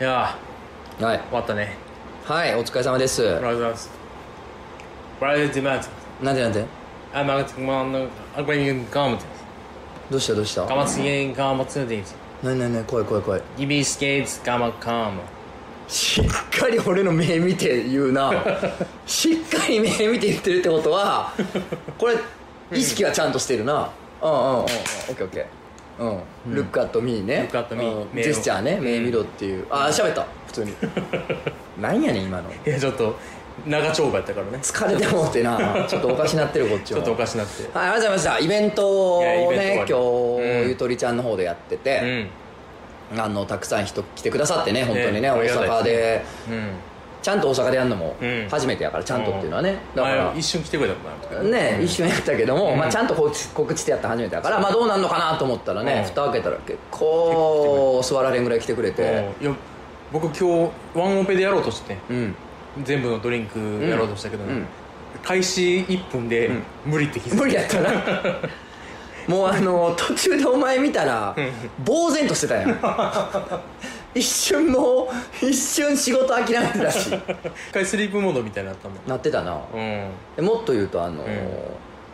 いやはいー終わったねはいお疲れ様ですありがとうございますブラジルマツなんでなんであマツマンのアグリンガムツどうしたどうしたガマツゲンガマツディツなになになに怖い怖い怖いギビスケーツガマカムしっかり俺の目見て言 うなしっかり目見て言ってるってことはこれ意識はちゃんとしてるなうんうんうんうんオッケーオッケーうん、ルックアットミーね Look at me うん目をジェスチャーね目見ろっていう、ああ喋った普 通になんやねん今のいやちょっと長丁場やったからね疲れてもうてなちょっとおかしなってるこっちちもょっとおかしなってはいありがとうございましたイベントをいやイベントね終わ今り日、うんゆとりちゃんの方でやってて、うんあのたくさん人来てくださってね本当にねねあ大りがたい阪でうんちゃんと大阪でやるのもうん初めてやから、ちゃんとっていうのはねだか前らは一瞬来てくれたもんなね、一瞬やったけども、うんまあ、ちゃんと告知告知してやった初めてだから、まあ、どうなんのかなと思ったらね、うん蓋開けたら結構座られんぐらい来てくれてうんいや僕今日ワンオペでやろうとしてうん全部のドリンクやろうとしたけどねうん開始1分でん無理って気づいた無理や ったなもうあの途中でお前見たら呆然としてた やん一瞬もう一瞬仕事諦めてたし一回スリープモードみたいになったもんなってたなうんでもっと言うとあの、ん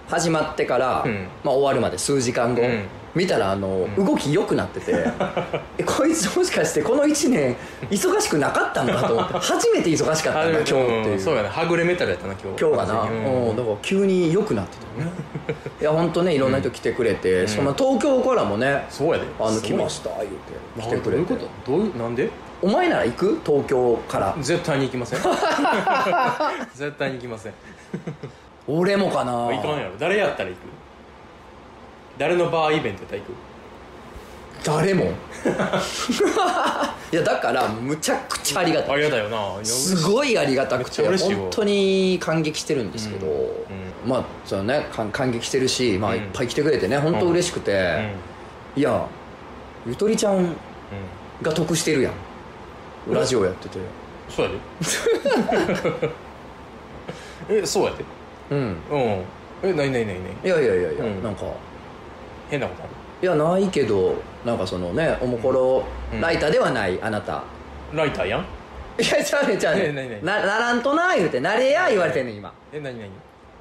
始まってから、うんまあ、終わるまで数時間後、うん見たらあの、動き良くなってて えこいつもしかしてこの1年忙しくなかったのかと 思って初めて忙しかったんだ今日っていううんそうやねはぐれメタルやったな今日今日がな、うんうん、だから急に良くなってたよね いや本当ねいろんな人来てくれて、その東京からもねそうやであの来ましした言うて来来ててくくれれてどういうことどういうなんでお前なら行く東京から絶対に行き ません絶対に行きません俺もかな行かんやろ誰やったら行く誰のバーイベントやったら行く誰もいやだからむちゃくちゃありがたいありがたいよなすごいありがたくてめっちゃ嬉しいよ本当に感激してるんですけど、うんまあそのね感感激してるし、まうあ、んいっぱい来てくれてね本当嬉しくうんて、いやゆとりちゃんうんが得してるやんラジオやっててそうや でえそうやでうんうんえないないないないいやいやいやいや、うんなんか変なことあるいやないけどなんかそのねおもころうんライターではないあなた、ライターやんいやちゃうねんちゃうねんねえねえねえなならんとな言うてなれや言われてんねん今え何何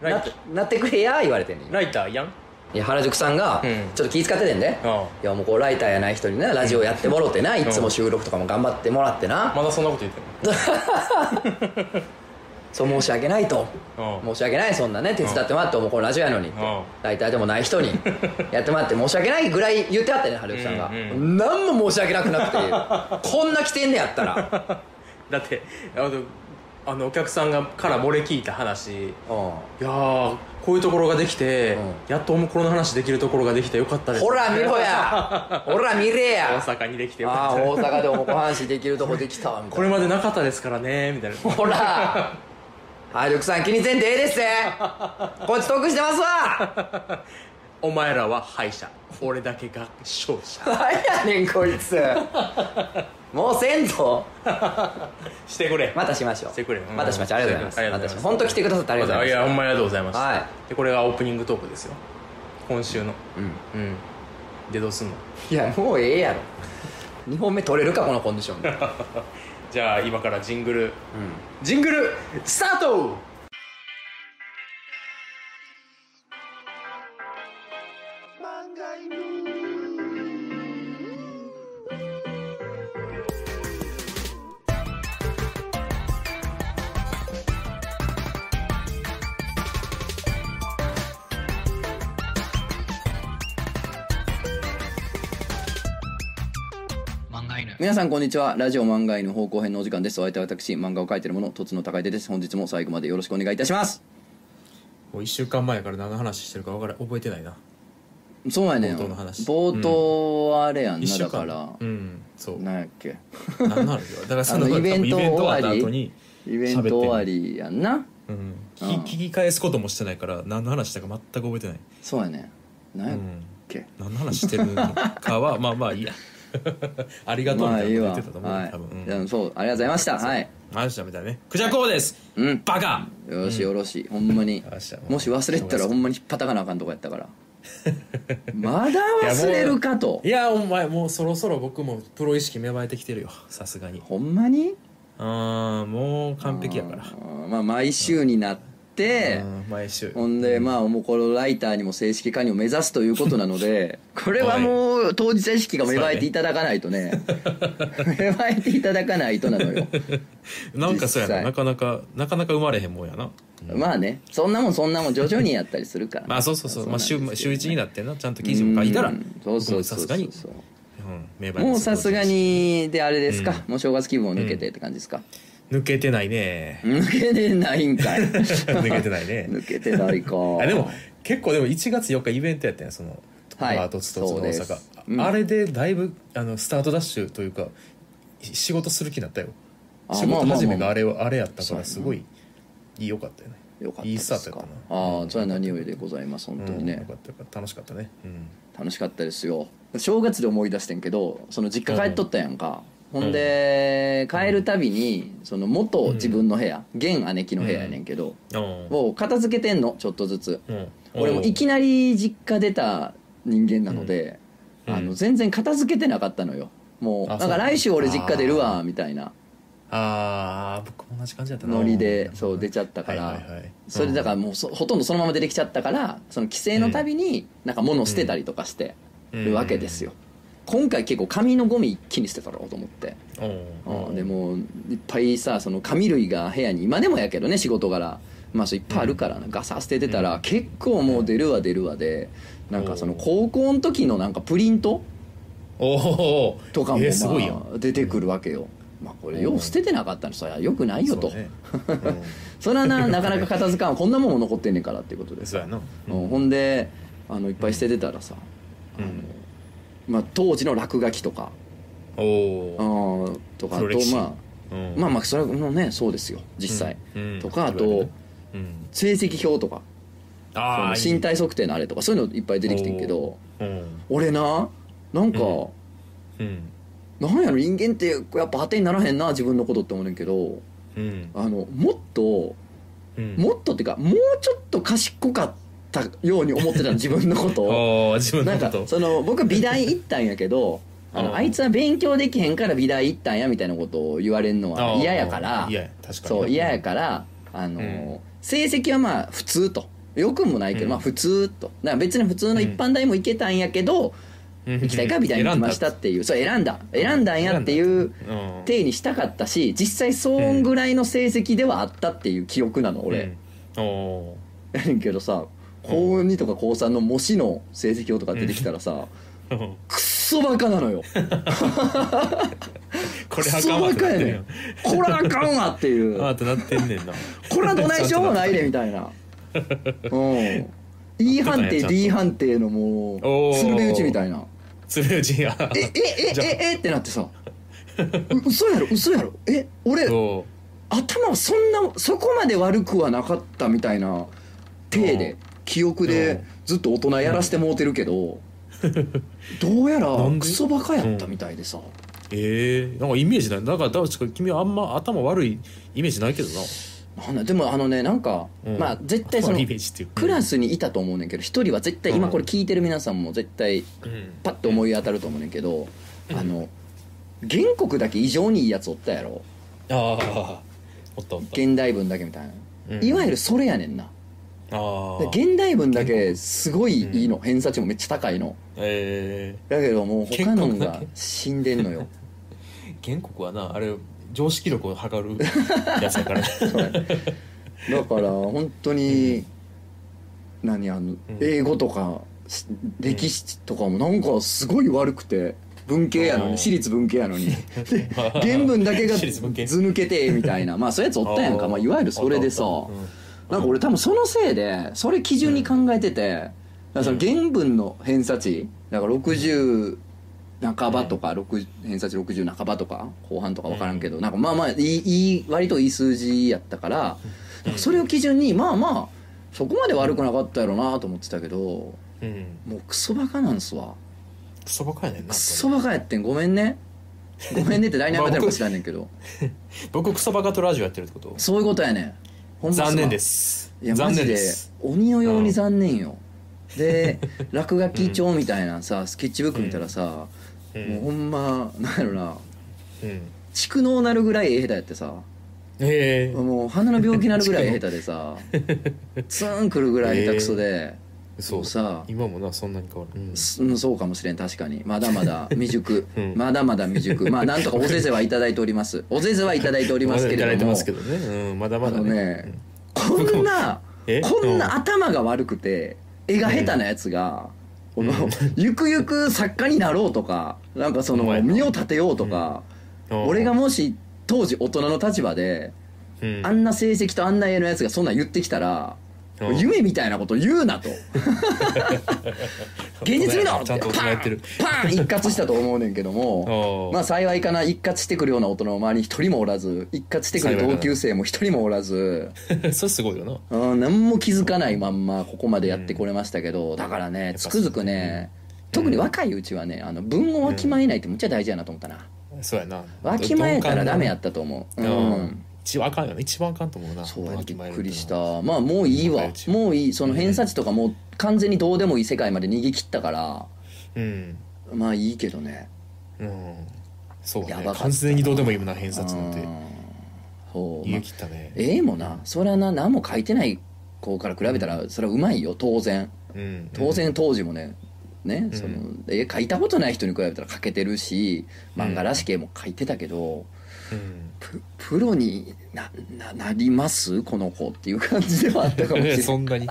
ライなターなってくれや言われてんねん今ライターやんいや原宿さんがうんちょっと気遣っててんで、あいやもうこうライターやない人にねラジオやってもろてな、いつもうん収録とかも頑張ってもらってな、まだそんなこと言ってんのそう申し訳ないと、うん申し訳ないそんなね手伝ってもらってもうこのラジオやのにって、うんライターでもな い人にやってもらって申し訳ないぐらい言ってあったね春樹さんが、、うんんう何も申し訳なくなくてこんな来てんねやったらだってあのあのお客さんがから漏れ聞いた話いうんやーこういうところができて、うやっとおもころの話できるところができてよかったですほら見ろや ほら見れ大や阪にできてよあかあった大阪でもこ阪神できるとこできたわみたこいなれまでなかったですからねみたいなほら原宿さん気にせんでええですぜこっち得してますわお前らは敗者俺だけが勝者何やねんこいつもうせんぞしてくれまたしましょうしてくれうんまたしましょうありがとうございますしてくれありがとうございます本当来てくださってありがとうございやまほんまにありがとうございました、はでこれがオープニングトークですよ今週のすうんうんでどうすんのいやもうええやろ2本目取れるかこのコンディションで、うん、じゃあ今からジングルジングルスタート皆さんこんにちはラジオ漫画犬方向編のお時間ですお相手は私漫画を描いてる者とつの高い手です本日も最後までよろしくお願いいたしますもう1週間前から何の話してるか分から覚えてないなそうやねん冒頭の話冒頭はあれやん一な週だ間から、うんそうなんやっけ何の話だだからそあのの多イ分ベント終わイベント終わった後りにイベント終わりやんなうんうん聞き聞き返すこともしてないから何の話したか全く覚えてないそうやねんなんやっけ、何の話してるのかは まあまあいいやありがとうみまあたいいいなこと言わ。ってたと思う、は多分、うんい。うん、そう、ありがとうございました。はい。マジダメだねクジャコウです、うんバカよろしよろし、ほんまによっしゃ。もし忘れてたら、ほんまに引っ張たかなあかんとこやったから。まだ忘れるかといやお前もうそろそろ僕もプロ意識芽生えてきてるよさすがにほんまにああもう完璧やからうんまあ毎週になってうん毎週ほんでまあもうこのライターにも正式加入を目指すということな のでこれはもう当事者意識が芽生えていただかないとね芽生えていただかないとなのよなんかそうや実な際なかなかなかなか生まれへんもんやなまあねそんなもんそんなもん徐々にやったりするからまあそうそうそうまあ週週一にななってなちゃんと記事も書いたらうんそう僕そもうさそうすそがうにうん芽生えますもうさすがにであれですか、うもう正月気分を抜けてって感じですか、抜けてないね抜けてないんかい 抜けてないね 抜けてないかあでも結構でも1月4日イベントやったんやその「はいバートツと大そうです阪」うんあれでだいぶあのスタートダッシュというかい仕事する気になったよあ仕まあ事まあまあ始めがあれはあれやったそうかやらなすごい良かったよねよかったいでいスタすートやかったなああそれは何よりでございます本当にうんねよ、かったよかった楽しかったねうん楽しかったですよ正月で思い出してんけどその実家帰っとったやんか、ほんで帰るたびにその元自分の部屋、現姉貴の部屋やねんけど、おを片付けてんのちょっとずつ、うん俺もいきなり実家出た人間なので、うんあうのん全然片付けてなかったのよもうなあんかそう来週俺実家出るわみたいなあー僕も同じ感じだったなノリでんそう出ちゃったから、はいはいはいそれだからもうそほとんどそのまま出てきちゃったからその帰省のたびになんか物を捨てたりとかしてうんるわけですよ、今回結構紙のゴミ一気に捨てたろうと思って、おうんでもいっぱいさその紙類が部屋に今でもやけどね仕事柄まあそういっぱいあるからな、ガサ捨ててたら結構もう出るわ出るわでなんかその高校の時のなんかプリントおおーとかもえーすごいやまんあ出てくるわけよ、まあ、これよう捨ててなかったのそりゃよくないよとそうねうんそれはなな かなか片付かんこんなもんも残ってんねんからっていうことです、そうやなうんほんであのいっぱい捨ててたらさ、うんあのまあ、当時の落書きとかおあおーとかあと黒歴史まあまあまあそれもねそうですよ実際、とかあとうん成績表とかああその身体測定のあれとかそういうのいっぱい出てきてんけどうん俺ななんか、うんうんなんやろ人間ってやっぱ当てにならへんな自分のことって思うねんけどうんあのもっとうんもっとっていうかもうちょっと賢かったように思って たの自分のことをおー自分なんのこかとその僕美大行ったんやけどああのーあいつは勉強できへんから美大行ったんやみたいなことを言われるのはあー嫌やから嫌や確かにそう嫌やからあの、うん成績はまあ普通とよくもないけうど、んまあ普通とだから別に普通の一般大も行けたんやけど、うん行きたいから美大に行きまし選たっんていうそう選んだ選んだんやっていうだうん体にしたかったし実際そんぐらいの成績ではあったっていう記憶なの俺、うんおやねん けどさ高2とか高3の模試の成績表とか出てきたらさ、ー クソバカなのよこれ墓場ってなってるやんこらあかんわっていうああってなってんねんなこれはどないしようもないでみたいなうん E 判定 D 判定のもおうー鶴瓶打ちみたいな鶴内やえええじゃあええってなってさう嘘やろ嘘やろえ俺お頭はそんなそこまで悪くはなかったみたいな体でうん記憶うでんずっと大人やらせてもうてるけ どどうやらなんでクソバカやったみたいでさええなんかイメージないだから確かに君はあんま頭悪いイメージないけどななんだでもあのねなんかうんまあ絶対そ頭の悪いイメージっていうかクラスにいたと思うねんけど一人は絶対今これ聞いてる皆さんも絶対うんパッと思い当たると思うねんけど、うんあの原告だけ異常にいいやつおったやろああおったおった現代文だけみたいな、うんいわゆるそれやねんなああで現代文だけすごいいいの、偏差値もめっちゃ高いのえだけどもう他の原告だがけ死んでん のよえ原告はなあれ常識力を測るやつだからそれだから本当に、何あの、英語とかし歴史とかもなんかすごい悪くて文系やのうにん私立文系 やのにで 原文だけが私立ず文系抜けてみたいなまあそういうやつおったやんかまあ、いわゆるそれでさおったおったなんか俺多分そのせいでそれ基準に考えてて、だからその原文の偏差値だから60半ばとか、6偏差値60半ばとか後半とか分からんけど、なんかまあまあいいいい割といい数字やったから、なんかそれを基準にまあまあそこまで悪くなかったやろなと思ってたけどもうんうんうクソバカなんすわクソバカやねんなクソバカやってんごめんねごめんねって来年またのか知らんねんけど僕クソバカとラジオやってるってことそういうことやねんほんますわ残念ですいや残マジ念でです鬼のように残念よ、 で落書き帳みたいなさスケッチブック見たらさ、うんもうほんまなんやろなうん蓄能なるぐらい絵下手やってさええもう鼻の病気なるぐらい下手 でさツーンくるぐらい下手くそで、そもううさ今もなそんなに変わる、うんすうんそうかもしれん確かにまだまだ未熟、うんまだまだ未熟まあなんとかおせぜはいただいておりますおせぜはいただいておりますけいただれいてどまもすけどね、うん、まだあまだのねね、こんな えこんうんな頭が悪くて絵が下手なやつが、この ゆくゆく作家になろうとかなんかそおの前身を立てようとか、うん俺がもし当時大人の立場で、うんあんな成績とあんな絵のやつがそんなん言ってきたら、うん夢みたいなこと言う なと現実見ろちゃんと大人やってるパーンパーン一括したと思うねんけどもお うまあ幸いかな一括してくるような大人も周りに一人もおらず一括してくる同級生も一人もおらず。 それすごいよなうん、何も気づかないまんまここまでやってこれましたけど、だからねぱつくづくね、特に若いうちはねあの文をわきまえないってむっちゃ大事やなと思ったな、そうやなわきまえたらダメやったと思う、う、うんん、一番あかんよね一番あかんと思うなそうやわねきびまえっるくってりのはしたまあもういいわ若いうちもういいその偏差値とかもう完全にどうでもいい世界まで逃げ切ったからうんまあいいけどねうんそうだやばねかった完全にどうでもいいもんな偏差値なんうてんそう、ま言あい、切ったね絵もなそれはな何も書いてない子から比べたらそれはうまいよ当然うん当然当時もねね、その絵描いたことない人に比べたら描けてるし漫画らしき絵も描いてたけど、うんププロになななりますこの子っていう感じではあったかもしれな いそんなに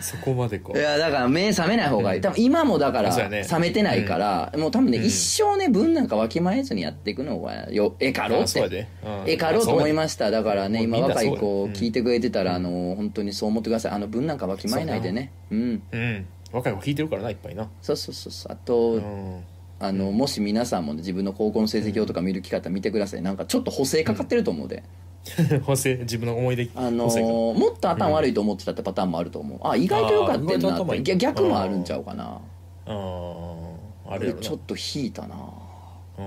そこまでかいやだから目覚めない方がいい多分今もだからそうやね覚めてないから、もう多分ね、うん一生ね文なんかわきまえずにやっていくのがよ絵かろうあっそうやてでうん絵かろうと思いあましただからねもうみ今んな若いそうや子うん聞いてくれてたら、あの本当にそう思ってくださいあの文なんかわきまえないでねうんそうやねうん若い子聞いてるからないっぱいなそうそうそうそうあと、うん あのもし皆さんもね自分の高校の成績をとか見る機会あったら見てくださいなんかちょっと補正かかってると思うで、補正自分の思い出あの補正ーもっと頭悪いと思ってたってパターンもあると思う、あ意外と良かったあー意外となっ頭いてい逆逆もあるんちゃうかながうんあれ俺やろちょっと引いたな、な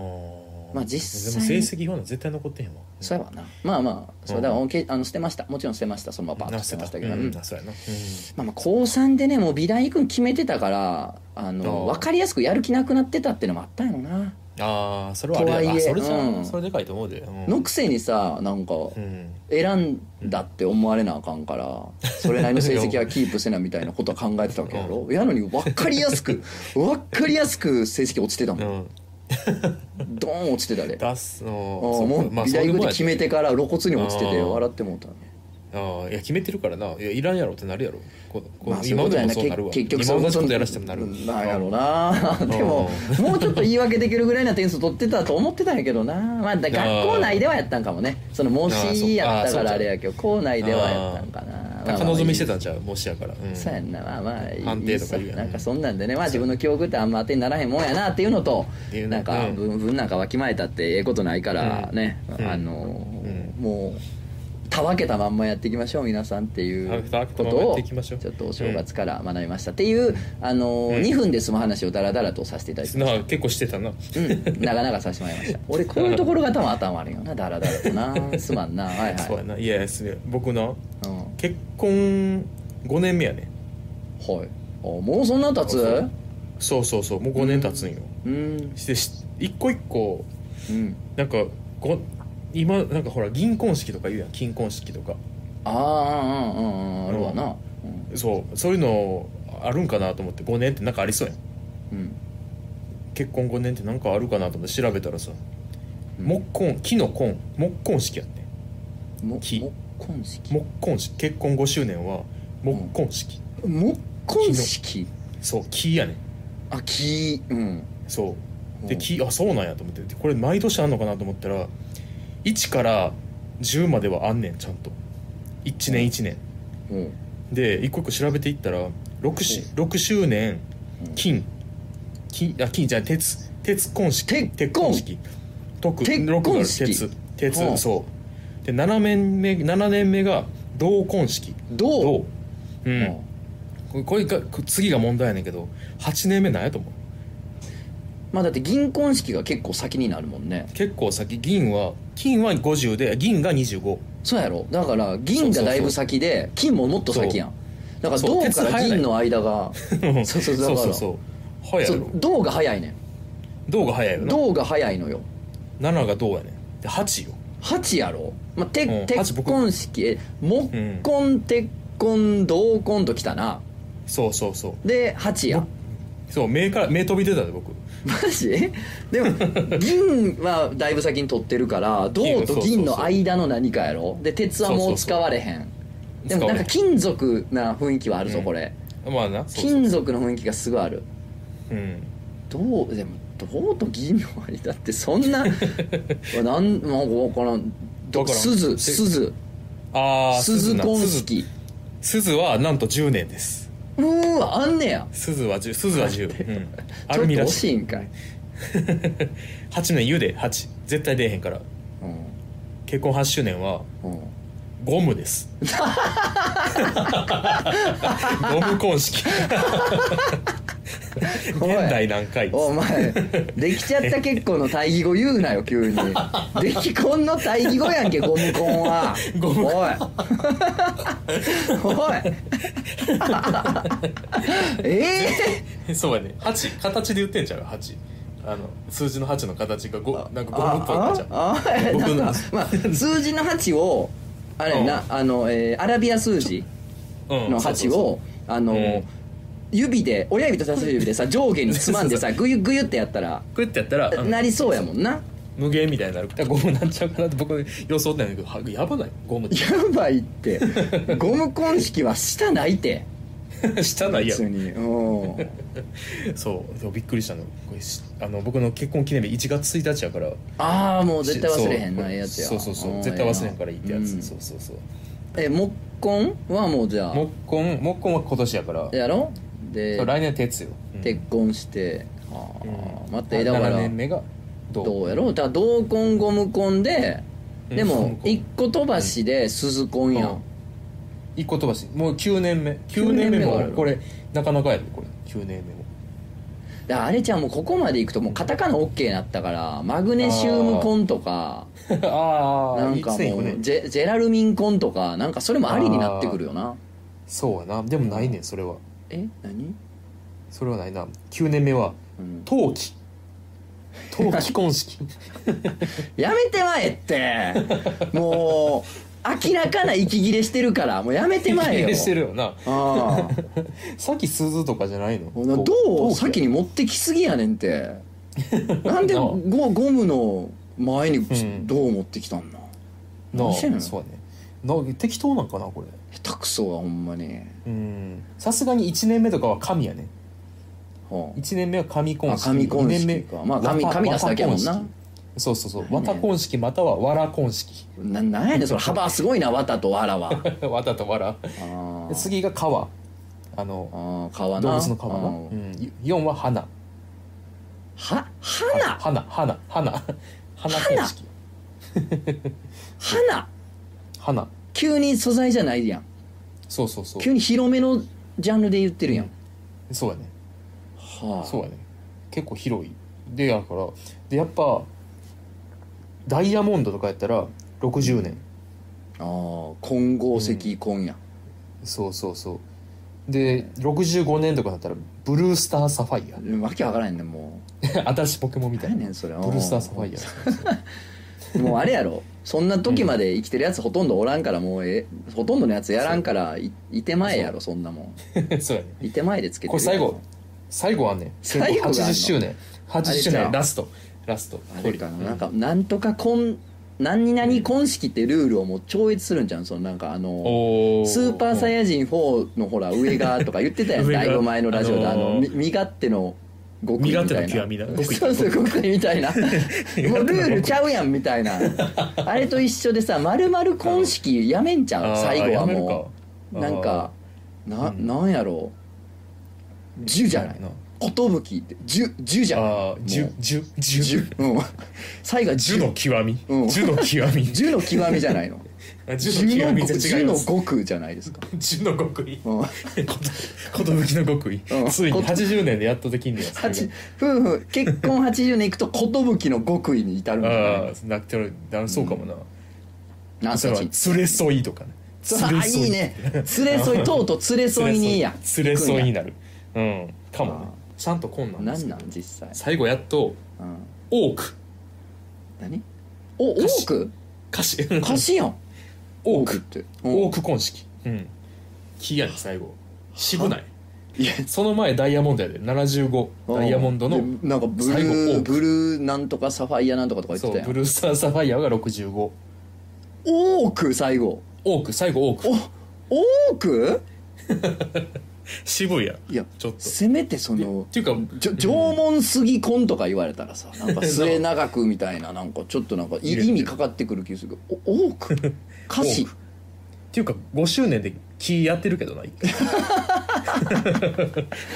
まあ実際でも成績ほな絶対残ってへんわそうやわなまあまあそうだから、うけあの捨てましたもちろん捨てましたそのままパッと捨てましたけど、ううんんあそうやなまあ、まあ高3でねもう美大行くん決めてたからあのあー分かりやすくやる気なくなってたってのもあったんやろな、ああそれはあれやとはいえあそれじゃうんそれでかいと思うでうんのくせにさなんか、うん選んだって思われなあか んからそれなりの成績はキープせなみたいなことは考えてたわけやろやのに分かりや すく分かりやすく成績落ちてたもうんんドーン落ちてたであ出すのあもう美大行くって決めてから露骨に落ちてて笑ってもうたねああいや決めてるからないやいらんやろってなるやろここまあそういう今まことでやもなそうなるわけ結局今までそのうこということやらしてもなるなんやろうな でももうちょっと言い訳できるぐらいな点数取ってたと思ってたんやけどなまあだ学校内ではやったんかもねその模試やったからあれやけど校内ではやったんかなまあまあ高望みしてたんちゃうもしやからうんそうやんなまあまあいい判定とか言うやんなんかそんなんでねまあ自分の記憶ってあんま当てにならへんもんやなっていうのとっていうねなんかうん文文なんかわきまえたってええことないからうんねうんあのうもうたわけたまんまやっていきましょう皆さんっていうたわけたこまとんまやっをていちきましょょうっとお正月から学びましたっていうあのうん2分で済む話をダラダラとさせていただきましな結構してたなたうん長々させてもら いました俺こういうところが頭頭悪いよなダラダラとなすまんなはい そうはやいないやいやすげえ僕のうん結婚5年目やねはいあもうそんな経つそうそうそうもう5年経つんようんしてし一個一個うんなんかご今なんかほら銀婚式とか言うやん金婚式とかああうんうんうんあるわなうんそうそういうのあるんかなと思って5年ってなんかありそうやんうん結婚5年ってなんかあるかなと思って調べたらさ木婚木の婚木婚式やってんも木木婚式木婚式結婚5周年は木婚式、木婚式そう木やねんあ木うんそううでん木あそうなんやと思ってでこれ毎年あんのかなと思ったら1から10まではあんねんちゃんと1年1年うんで一個一個調べていったら 6, し6周年うん金金あ金じゃない鉄鉄婚式鉄婚婚式特鉄婚式六がある鉄鉄、はあそうで7年目7年目が同婚式どう同う、うんんこれこれが次が問題やねんけど8年目なんやと思うまあだって銀婚式が結構先になるもんね結構先銀は金は50で銀が25そうやろだから銀がだいぶ先で金ももっと先やんだからそう銅鉄か早いら銀の間が そうそうだ そうかそうそらそう早いやろう銅が早いねん銅が早いよな銅が早いのよ7が銅やねんで8よ八やろ、まあ、てうん鉄八僕婚式え木婚鉄婚銅婚ときたなそうそうそうで八やそう目から目飛び出たで僕マジでも銀はだいぶ先に取ってるから銅と銀の間の何かやろで鉄はもう使われへんでもなんか使金属な雰囲気はあるぞうんこれまあなそうそう金属の雰囲気がすごいあるうん銅でも銅と銀の間って そんななんもう分からんわからん鈴鈴ああ鈴婚式鈴はなんと10年ですうーわあんねや鈴は10鈴は10、うん、ア ルちょっとミら惜しいしいんかい、 8年言うで8絶対出えへんからうん結婚8周年はうんゴムです ゴム婚式現代何回お前できちゃった結婚の対義語言うなよ急にでき婚の対義語やんけゴム婚はゴムおいおい えそうやね8形で言ってんちゃう8あの数字の8の形がごなんー、かゴムっぽいなっちゃうあああ僕のなんかま あ数字の8をあれな、あの、えーアラビア数字うんのそうそう鉢そうをあの、うん指で親指と人差し指でさ上下につま んでさグユグユってやったらクッてやったら、うんなりそうやもんな無限みたいになるだからゴムになっちゃうかなって僕予想ってないけどはやばないゴムってやばいってゴム婚式はしたないてしたないや別んにうんそうそうびっくりしたのこれしあの僕の結婚記念日1月1日やからああもう絶対忘れへんそうないやつやそうそうそんう絶対忘れへんからいいってやつ、うんそうそうそうえ木婚はもうじゃあ木婚木婚は今年やからやろでそう来年は鉄よ、うん結婚してあうんあまたえだから7年目がどうどうやろだから同婚ゴム婚でうんでゴもム婚一個飛ばしで鈴婚やうんん一個飛ばしもう9年目九9年年目目があもるこれなかなかやでこれ9年 目もだからあれちゃんもうここまでいくともうカタカナ OK になったからマグネシウムコンとかああなんかもねうジェジェラルミンコンとかなんかそれもありになってくるよなそうやなでもないねんそれはえ何それはないな9年目はうん陶器陶器婚式やめてまえ ってもう明らかな息切れしてるからもうやめて まえよしてるよな ああさっき鈴とかじゃないのどう先に持ってきすぎやねんてなんでなあゴゴムの前にんどう持ってきたんだなどうしてんのあそうやねな適当なんかなこれ下手くそはほんまに、うんさすがに1年目とかは神やねはあ1年目は神婚あ式神婚式二年か目まあ神わた神出すだけやもんなわた婚式そうそうそうやわねんた婚式またはわら婚式 ななんやねんそれ幅すごいな綿と藁はあわたとわらあで次が川あのああ川な動物の川な、あうあん、4は花は花花花花花公式花花急に素材じゃないやんそうそうそう急に広めのジャンルで言ってるやん、そうやねはあそうやね結構広いでやからでやっぱダイヤモンドとかやったら60年ああ混合石婚や、そうそうそうで65年とかだったらブルースターサファイん、わけわからへんねんもア 私ポケモンみうた何いやなねんそれブルースターサファイイア もうあれやろそんな時まで生きてるやつほとんどおらんからもうえほとんどのやつやらんからいいてまえやろそんなもそうやねんいてまえでつけてこるれ最後最後はね最後があんの80周年80周あれじゃ年んラストラストあれかな,、うんなんかなんとか婚何々婚式ってルールをもう超越するんじゃんそのなんかあのおスーパーサイヤ人4のほら上がとか言ってたやん 上がだいぶ前のラジオであのあのみ身勝手の極身意みたい勝な手の極みな極意 そうそう極意 みたいなもうルールちゃうやんみたいなあれと一緒でさ丸々婚式やめんちゃう最後はもうなんかなうんなんやろう10じゃないな寿って10 10じゃないああ十十十10うん最後は十10の極みうん十の極 み10の極みじゃな いのあ十の10極のみ極全然違い10まのす極じゃないですか十の極意うんこと寿の極意うんついに80年でやっとできんねやそれが八夫婦結婚80年いくと寿の極意に至るんじゃないああなってるだそうかもな、なんそすれかは「連れ添い」とかね釣れあそういにいね釣れ添いとうとう釣れ添いに や釣れそうにななるうんかもねあちゃんとこんなんですけど何なん実際、最後やっとうん、多く何お多歌詞く歌詞 歌詞やん多多くって多く婚式うん木やね最後渋ないいやその前ダイヤモンドやで75ダイヤモンドのでなんかブル最後多ーくブルーなんとかサファイアなんとかとか言っそてうたやブんルースター・サファイアが65多く最後多く最後多くお多く渋いやいやちょっとせめてそのっていうかじょ縄文杉婚とか言われた らさなんか末永くみたいななんかちょっとなんかいいるいる意味かかってくる気するけどお多 く歌詞多くっていうか5周年で木やってるけどな 一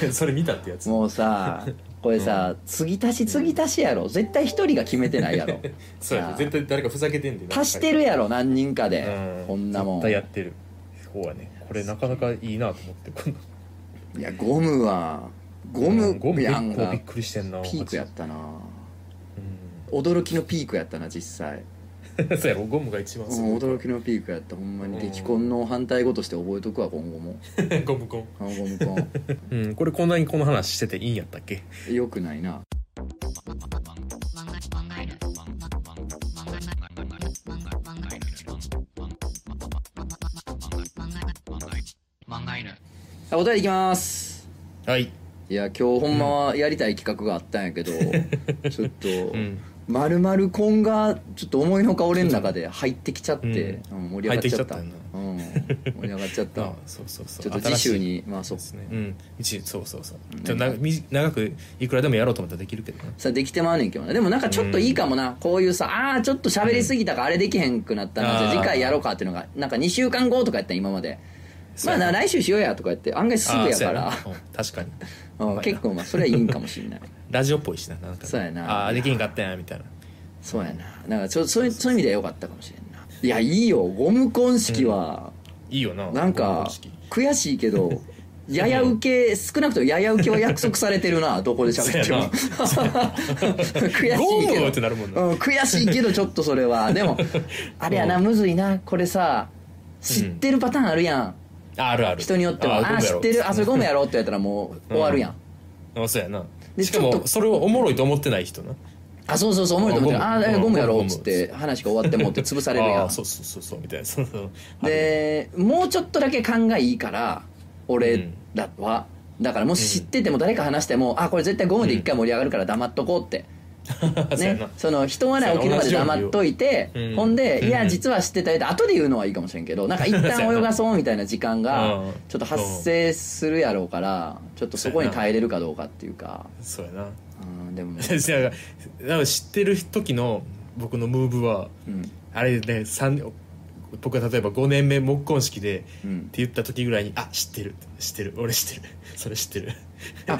回それ見たってやつもうさこれさ継ぎ足し継ぎ足しやろ絶対一人が決めてない やろそうやあねー絶対誰かふざけてんで足してるやろ何人かうでんこんなも絶ん対やってるそうやねこれなかなかいいなと思ってこんないやゴムはゴうんゴムム結やん構がびっくりしてんなピークやったなう驚きのピークやったな実際ん そうやろゴムが一番すうんごい驚きのピークやったほんまうにん激婚の反対語として覚えとくわ今後もゴムゴムあゴム婚うんこれこんなにこの話してていいんやったっけよくないなあお便りいきますはいいや今日ほんまはやりたい企画があったんやけど、ちょっとうんまるまる婚がちょっと思いのほか俺の中で入ってきちゃって、うん盛り上がっちゃった入ってきちうん、盛り上がっちゃ ったあそうそうそうちょっと次週にまあそそううですねうん一そうそうそううんじゃあなみ長くいくらでもやろうと思ったらできるけ どなさできてまうねんけどなでもなんかちょっといいかもな、こういうさあーちょっと喋りすぎたからあれできへんくなったな、うんじゃああー次回やろうかっていうのがなんか2週間後とかやったん今までそうまあな来週しようやとか言って案外すぐやかあーらそうやなうん確かにうん結構まあそれはいいんかもしれないラジオっぽいしななんかそうやなあーできんかったやんみたいなそうやななんかちょそういうそういう意味ではよかったかもしれんないやいいよゴム婚式は、いいよななんゴムか公式悔しい けどやや受け少なくともやや受けは約束されて るなどこで喋っても 悔しいけどゴーってなるもんなうん、悔しいけどちょっとそれ はでもあれやなむずいなこれさ知ってるパターンあるやん、ああるある人によってはあーゴムあや知ろってるあそれゴムやろって言ったらもう終わるやん、あ そうやなでしかちょっもとそれをおもろいと思ってない人なあそうそうそう思うと思ってるああゴムあえゴムやろゴっムつって話が終わってもうって潰されるやあんーそうそうそうそうみたいなそうそう でもうちょっとだけ勘がいいから俺らは、だからもし知ってても誰か話しても、あこれ絶対ゴムで一回盛り上がるから黙っとこうって、あそうやねな、その人笑い起きるまで黙っといて、そうやな同じように言うほんで、うんいや実は知ってたよって後で言うのはいいかもしれんけどなんか一そうや旦な泳がそうみたいな時間がうんちょっと発生するやろうからちょっとそこに耐えれるかどうかっていうかそうやな うんでもだからだから知ってる時の僕のムーブはうんあれね三僕が例えば5年目木婚式でうっんて言った時ぐらいに「あ知ってる知ってる俺知ってるそれ知ってる」あ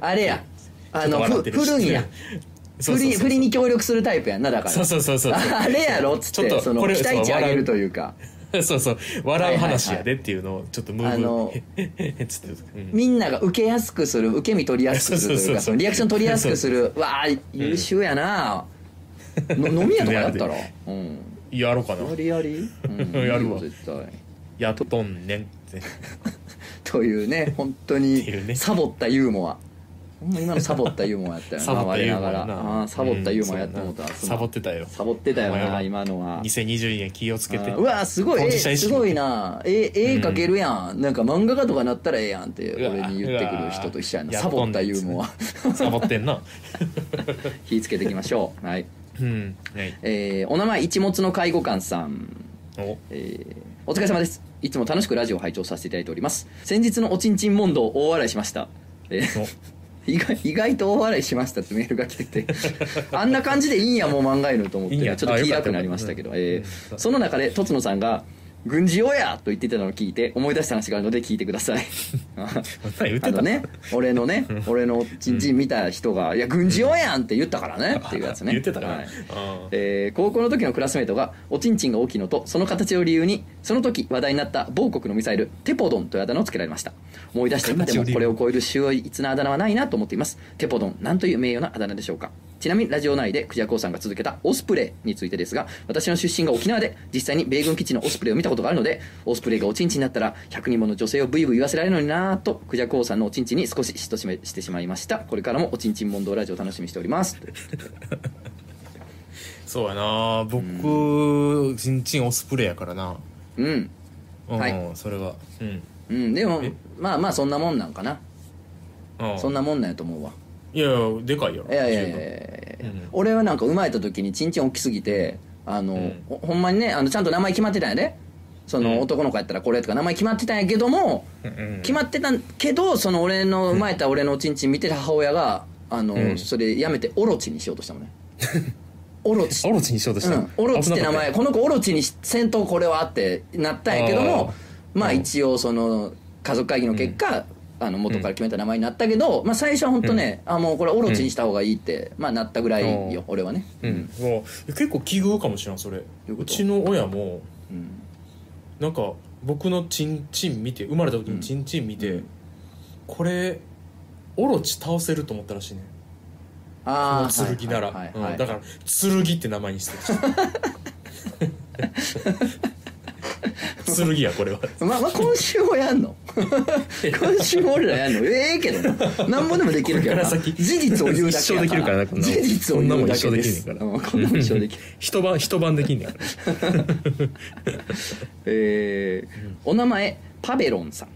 あれやあちょのっと笑っふて振るんや知っ振てるり そうそうそう振りに協力するタイプやんなだかそうらそうそうそうあれやろっつっちょてっとそのこれ期待値上げるというか そうそう笑う話やでっていうのをちょっとムあーのブ つって、うんみんなが受けやすくする受け身取りやすくすると そうそううそいかうそのリアクション取りやすく するわあ優秀やなの飲み屋とか やったらうんやろうかなやりやり、うん、やるわいいよ絶対やっとんねんってと いうね本当っていうねにサボったユーモアほんま今のサボったユーモアやったよ なサボったユーモアや我ながならあーサボったユーモアやってもうた、うんそうすやなサまんボってたよサボってたよお前なは今のは2022年気をつけてあーうわーすごい当え事者意識すごいなえ絵描けるやん、なんか漫画家とかなったらええやんってうわ俺に言ってくる人と一緒やうなわサボったユーモアサボってんな 気ぃつけていきましょうはいうんはいえーお名前一物の介護官さん、おえーお疲れ様ですいつも楽しくラジオを拝聴させていただいております先日のおちんちん問答大笑いしました、えーお意外意外と大笑いしましたってメールが来て てあんな感じでいいんやもう漫画犬と思っていいんちょやっとあ気よかった楽になりましたけど、うんえーうんその中でとつのさんが「軍事用や!」と言っていたのを聞いて思い出した話があるので聞いてください 前言ってたあのね俺 のね俺のちんちん見た人が「いや軍事用やん!」って言ったからねっていうやつ ね言ってたから、はいあーえー高校の時のクラスメートがおちんちんが大きいのとその形を理由にその時話題になった某国のミサイルテポドンというあだ名をつけられました思い出して今で形をも理由これを超える秀逸なあだ名はないなと思っていますテポドンなんという名誉なあだ名でしょうかちなみにラジオ内でクジャクオさんが続けたオスプレイについてですが私の出身が沖縄で実際に米軍基地のオスプレイを見たことがあるのでオスプレイがおちんちんになったら100人もの女性をブイブイ言わせられるのになぁとクジャクオさんのおちんちんに少し嫉妬しめしてしまいましたこれからもおちんちん問答ラジオ楽しみにしておりますそうやな僕ちんちんオスプレイやからなうんうん、はいそれはうんうんでもえまあまあそんなもんなんかなうんそんなもんなんやと思うわいやいやでかいやろいやいやいや十いやいや、うん俺はなんか生まれた時にチンチン大きすぎてあの、んほほんまにねあのちゃんと名前決まってたんやでそうの、ん男の子やったらこれとか名前決まってたんやけども、分うん決まってたんけどその俺の生まれた俺のおちんちん見てた母親があの、うんそれやめてオロチにしようとしたもん ねオロチオロチにしようとしうた、ん、オロチって名前危この子オロチに戦闘これはってなったんやけどもあーまあうん一応その家族会議の結果、あの元から決めた名前になったけど、まあ、最初は本当ね、あもうこれオロチにした方がいいって、まあ、なったぐらいよあー俺はねなかったうん、うわ結構奇遇かもしれんそれういうことちの親もうんなんか僕のチンチン見て生まれた時にチンチン見て、うんこれオロチ倒せると思ったらしいねあこの剣なら、はいはいはいはいうん、だから剣って名前にしてる剣やこれはまあ、まあ今週もや んの今週も俺らやんのええけどな何もでもできるけどな これから事先実を言うだけや一生できるからなこんなもん事実を言うだけですこんなもうんこんなもん一生できる一晩一晩できんねんえーお名前パベロンさん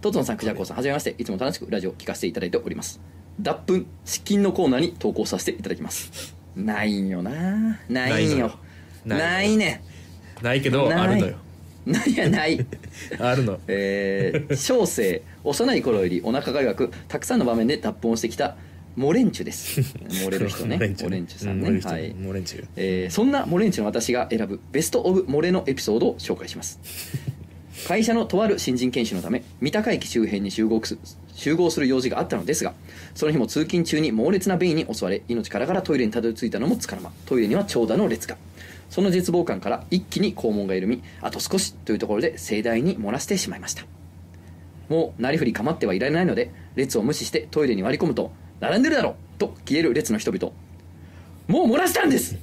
トトンさんクジャコウさんはじめましていつも楽しくラジオを聞かせていただいております脱粉失禁のコーナーに投稿させていただきますないんよなないんよなないいのよねないけどないあるのよないやないあるのえー小生幼い頃よりお腹が弱くたくさんの場面で脱粉をしてきたモレンチュです漏れる人ねモレンチュさんね、うん漏れる人はい漏れる人えーそんなモレンチの私が選ぶベスト・オブ・モレのエピソードを紹介します会社のとある新人研修のため三鷹駅周辺に集合す集合する用事があったのですがその日も通勤中に猛烈な便意に襲われ命からがらトイレにたどり着いたのもつからまトイレには長蛇の列がその絶望感から一気に肛門が緩みあと少しというところで盛大に漏らしてしまいましたもうなりふり構ってはいられないので列を無視してトイレに割り込むと並んでるだろと消える列の人々もう漏らしたんです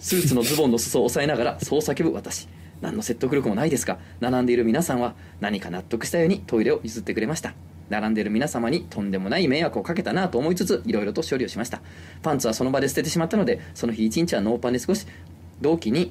スーツのズボンの裾を押さえながらそう叫ぶ私何の説得力もないですが並んでいる皆さんは何か納得したようにトイレを譲ってくれました並んでいる皆様にとんでもない迷惑をかけたなと思いつついろいろと処理をしましたパンツはその場で捨ててしまったのでその日一日はノーパンで過ごし同期に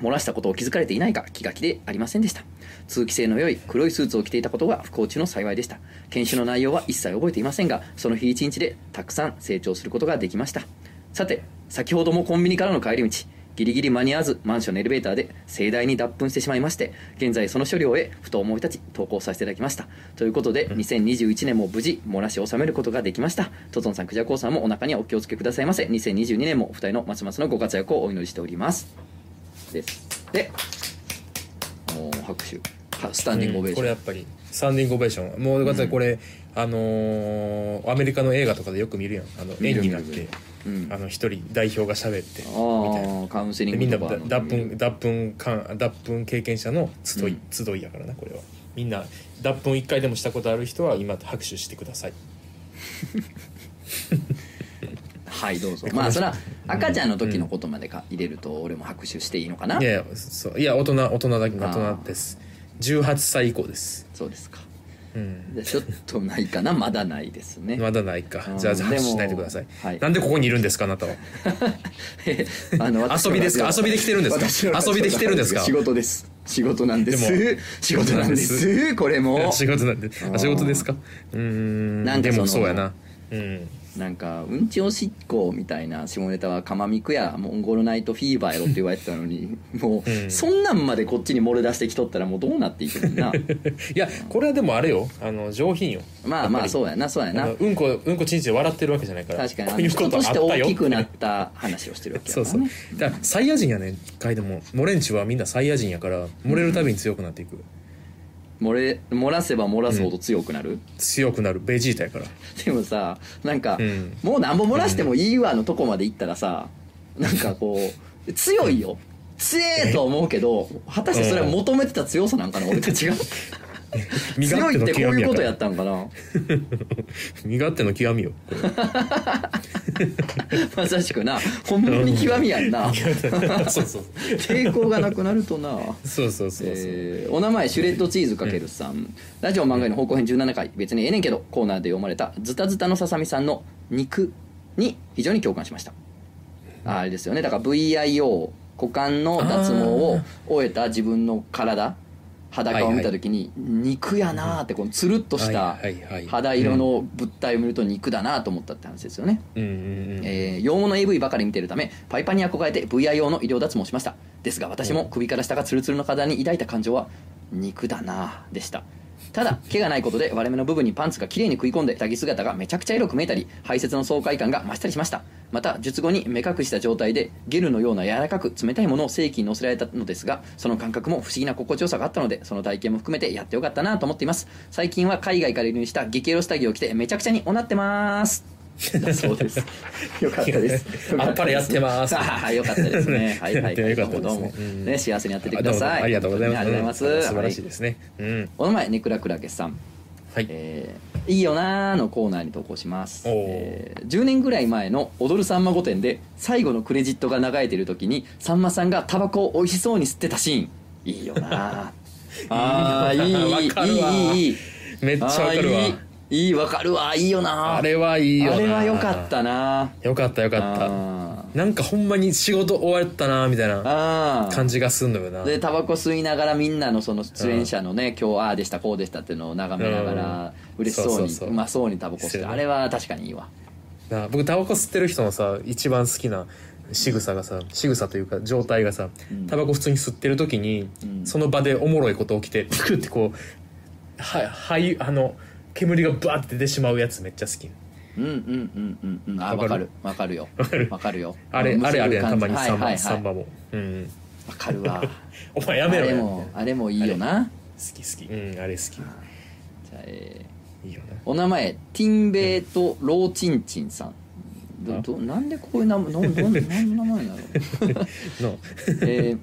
漏らしたことを気づかれていないか気が気でありませんでした通気性の良い黒いスーツを着ていたことが不幸中の幸いでした研修の内容は一切覚えていませんがその日一日でたくさん成長することができましたさて先ほどもコンビニからの帰り道ギリギリ間に合わずマンションのエレベーターで盛大に脱粉してしまいまして現在その処理を終えふと思い立ち投稿させていただきましたということで2021年も無事漏らし収めることができましたトトンさんクジャコウさんもお腹にはお気をつけくださいませ2022年もお二人のますますのご活躍をお祈りしておりますですでもう拍手はスタンディングオベーシこれョン、やっぱりスタンディングオベーションもうだってこれ、あのーアメリカの映画とかでよく見るやんあの見円るになっ見るて、うんあの一人代表が喋ってみたいなああカウンセリでンみんグなとだ脱か粉脱粉感脱粉経験者の集い、うん集いやからなこれはみんな脱粉一回でもしたことある人は今拍手してくださいはいどうぞまあそれは赤ちゃんの時のことまでか入れると俺も拍手していいのかないやいやそういや大人大人だけあ大ー人です18歳以降ですそうですかうんじゃあちょっとないかなまだないですねまだないかうんじゃあじゃあで拍も手しないでください、はいなんでここにいるんですかあなたは あの私の遊びですか遊びで来てるんですか私の遊びで来てるんですか仕事です仕事なんでです仕事なんですこれも 仕事なんであーあ仕事ですかうーんなんかでそのもそうやな うんなんかうんちおしっこみたいな下ネタはかまみくやモンゴルナイトフィーバーやろって言われてた のにもう、うんそんなんまでこっちに漏れ出してきとったらもうどうなっていく んないやこれはでもあれよあの上品よまあまあそうやなそうやあなのうんこうんこちんちんで笑ってるわけじゃないから確かにあこのういうこ人とあとっしてた大よきくなった話をしてるわけそやうかそらうねだからサイヤ人やねんかいでもモレンチはみんなサイヤ人やから漏れるたびに強くなっていく漏れ漏らせば漏らすほど強くなる、強くなるベジータやからでもさなんか、うんもうなんぼ漏らしてもいいわのとこまで行ったらさなんかこう強いよ強えとは思うけど果たしてそれは求めてた強さなんかな俺たちが身強勝手いっのてこ極ういみうやこかとやらったんかな身勝手の極みよこ まさしくなほんまに極みやんなれそうそう抵抗がなくなる となそうそうそうそう、えーお名前シュレッドチーズかけるさん、ラジオ漫画への方向編17回別にええねんけどコーナーで読まれたズタズタのささみさんの肉に非常に共感しましたああれですよねだから VIO 股間の脱毛を終えた自分の体裸を見た時に肉やなーってこのつるっとしたはいはいはい肌色の物体を見ると肉だなと思ったって話ですよねうんうんうんえー、用物 AV ばかり見てるためパイパンに憧れて VIO の医療脱毛しましたですが私も首から下がツルツルの体に抱いた感情は肉だなあでした ただ毛がないことで割れ目の部分にパンツが綺麗に食い込んで下着姿がめちゃくちゃ色く見えたり排泄の爽快感が増したりしましたまた術後に目隠した状態でゲルのような柔らかく冷たいものを正規に乗せられたのですがその感覚も不思議な心地よさがあったのでその体験も含めてやってよかったなと思っています最近は海外から輸入した激エロ下着を着てめちゃくちゃにおなってます だそうです。 よかったです。あっぱれやってますああ、よかったで すね。はいはい。やってよかったですねどうもどうもうんね、幸せにやっててあくどだうもさい。ありがとうございますねありがとうございうんます。。素晴らしいですすね、うんお名前、ネクラクラゲさん。はい、えーいいよなーのコーナーに投稿します、おーえー10年ぐらい前の「踊るさんま御殿」で最後のクレジットが流れてる時にさんまさんがタバコを美味しそうに吸ってたシーンいいよ なーあーいいわかるわいいいいいいめっちゃわかるわあーいいいいわかるわいいよなーあれはいいよなあれは良かったなよかったよかっあたなんかほんまに仕事終わったなみたいなあ感じがすんのよなでタバコ吸いながらみんなのその出演者のね、今日ああでしたこうでしたっていうのを眺めながらうん嬉しそうにうそうそうそうまそうにタバコ吸っしててるねあれは確かにいいわなあ僕タバコ吸ってる人のさ一番好きな仕草がさ仕草というか状態がさんタバコ普通に吸ってる時に、んその場でおもろいこと起きてプクってこうははいあの煙がバーって出てしまうやつめっちゃ好きうんうんうんうんうんあわわかかるるわかるよるわかるよあれのあれあれやん結たぶまに感じサンはいバはサンいはいバもうんうんわかるわお前 やあめろれやもあれもいいよな好き好きうんあれ好じゃあ、えきいいよーお名前ティンベイとローチンチンさんどあどなんでこういう名前なんなんなんの名前ななの、 のえー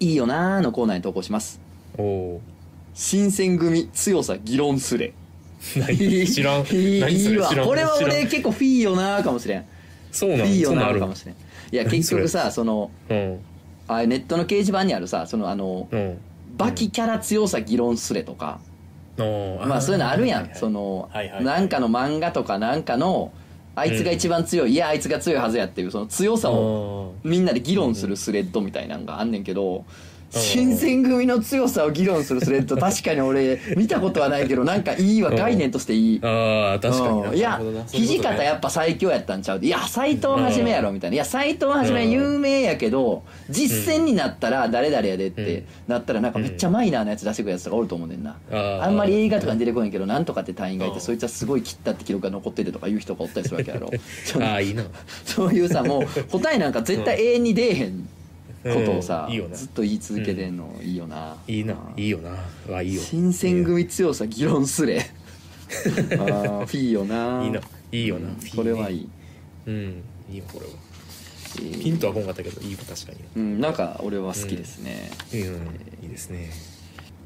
いいよなーのコーナーに投稿しますおお新選組強さ議論すれー何知らん いい何そいいれわ知らんこれは知ら俺ん結構フィーよなーかもしれんフそうなのィーよそんなんあーるかもしれんいや何結それ局さそのうんあネットの掲示板にあるさそのあのうんバキキャラ強さ議論すれとかおーまあそういうのあるやはいんはいそのはいはいはいなんかの漫画とかなんかのあいつが一番強いいやあいつが強いはずやっていうその強さをおーみんなで議論するスレッドみたいなんがあんねんけど新選組の強さを議論するスレッ ド確かに俺見たことはないけどなんかいいわうん概念としていいああ確かになうんいやなるほどなそういう土ことね方やっぱ最強やったんちゃういや斎藤はじめやろみたいないや斎藤はじめ有名やけど実戦になったら誰々やでってなったらなんかめっちゃマイナーなやつ出してくるやつとかおると思うねんなあーあんまり映画とかに出てこないけどなんとかって隊員がいてうんそいつはすごい切ったって記録が残っててとかいう人がおったりするわけや ろそああいいな そういうさもう答えなんか絶対永遠に出えへんことをさうんいいよなずっと言い続けてんのいいよないいなうんいいよなわいいよ新選組強さ議論すれ あーフィーよないいないいよなこれはいいい、うんいいよこれはえーピンとはこんかったけどいいわ確かにうん、なんか俺は好きですね、うんいいですね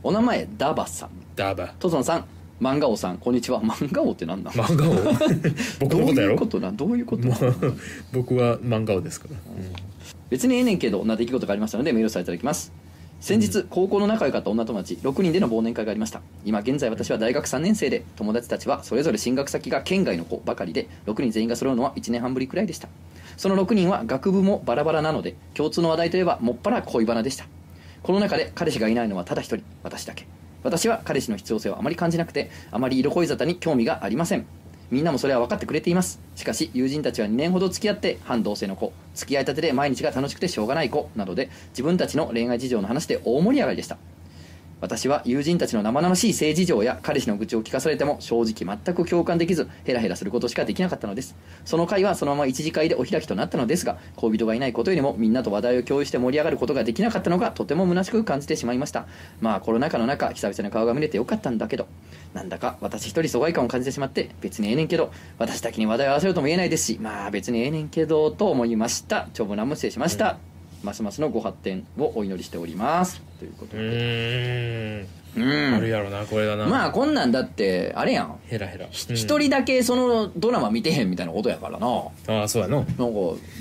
お名前ダバさんダーバトソンさん漫画王さんこんにちは漫画王ってなんだ漫 画王僕どうのことやいうろことなんどういうことなんもう僕は漫画王ですからうん別にええねんけどな出来事がありましたのでメールさせていただきます先日高校の仲良かった女友達6人での忘年会がありました今現在私は大学3年生で友達たちはそれぞれ進学先が県外の子ばかりで6人全員が揃うのは1年半ぶりくらいでしたその6人は学部もバラバラなので共通の話題といえばもっぱら恋バナでしたこの中で彼氏がいないのはただ一人私だけ私は彼氏の必要性をあまり感じなくてあまり色恋沙汰に興味がありませんみんなもそれは分かってくれていますしかし友人たちは2年ほど付き合って反同性の子付き合いたてで毎日が楽しくてしょうがない子などで自分たちの恋愛事情の話で大盛り上がりでした私は友人たちの生々しい性事情や彼氏の愚痴を聞かされても正直全く共感できずヘラヘラすることしかできなかったのですその会はそのまま一次会でお開きとなったのですが恋人がいないことよりもみんなと話題を共有して盛り上がることができなかったのがとても虚しく感じてしまいましたまあコロナ禍の中久々に顔が見れてよかったんだけどなんだか私一人疎外感を感じてしまって別にええねんけど私だけに話題を合わせようとも言えないですしまあ別にええねんけどと思いました長文乱文失礼しました、ますますのご発展をお祈りしておりますということうでーんうんあるやろなこれだなまあこんなんだってあれやんヘラヘラ一一、人だけそのドラマ見てへんみたいなことやからなああそうやのなんか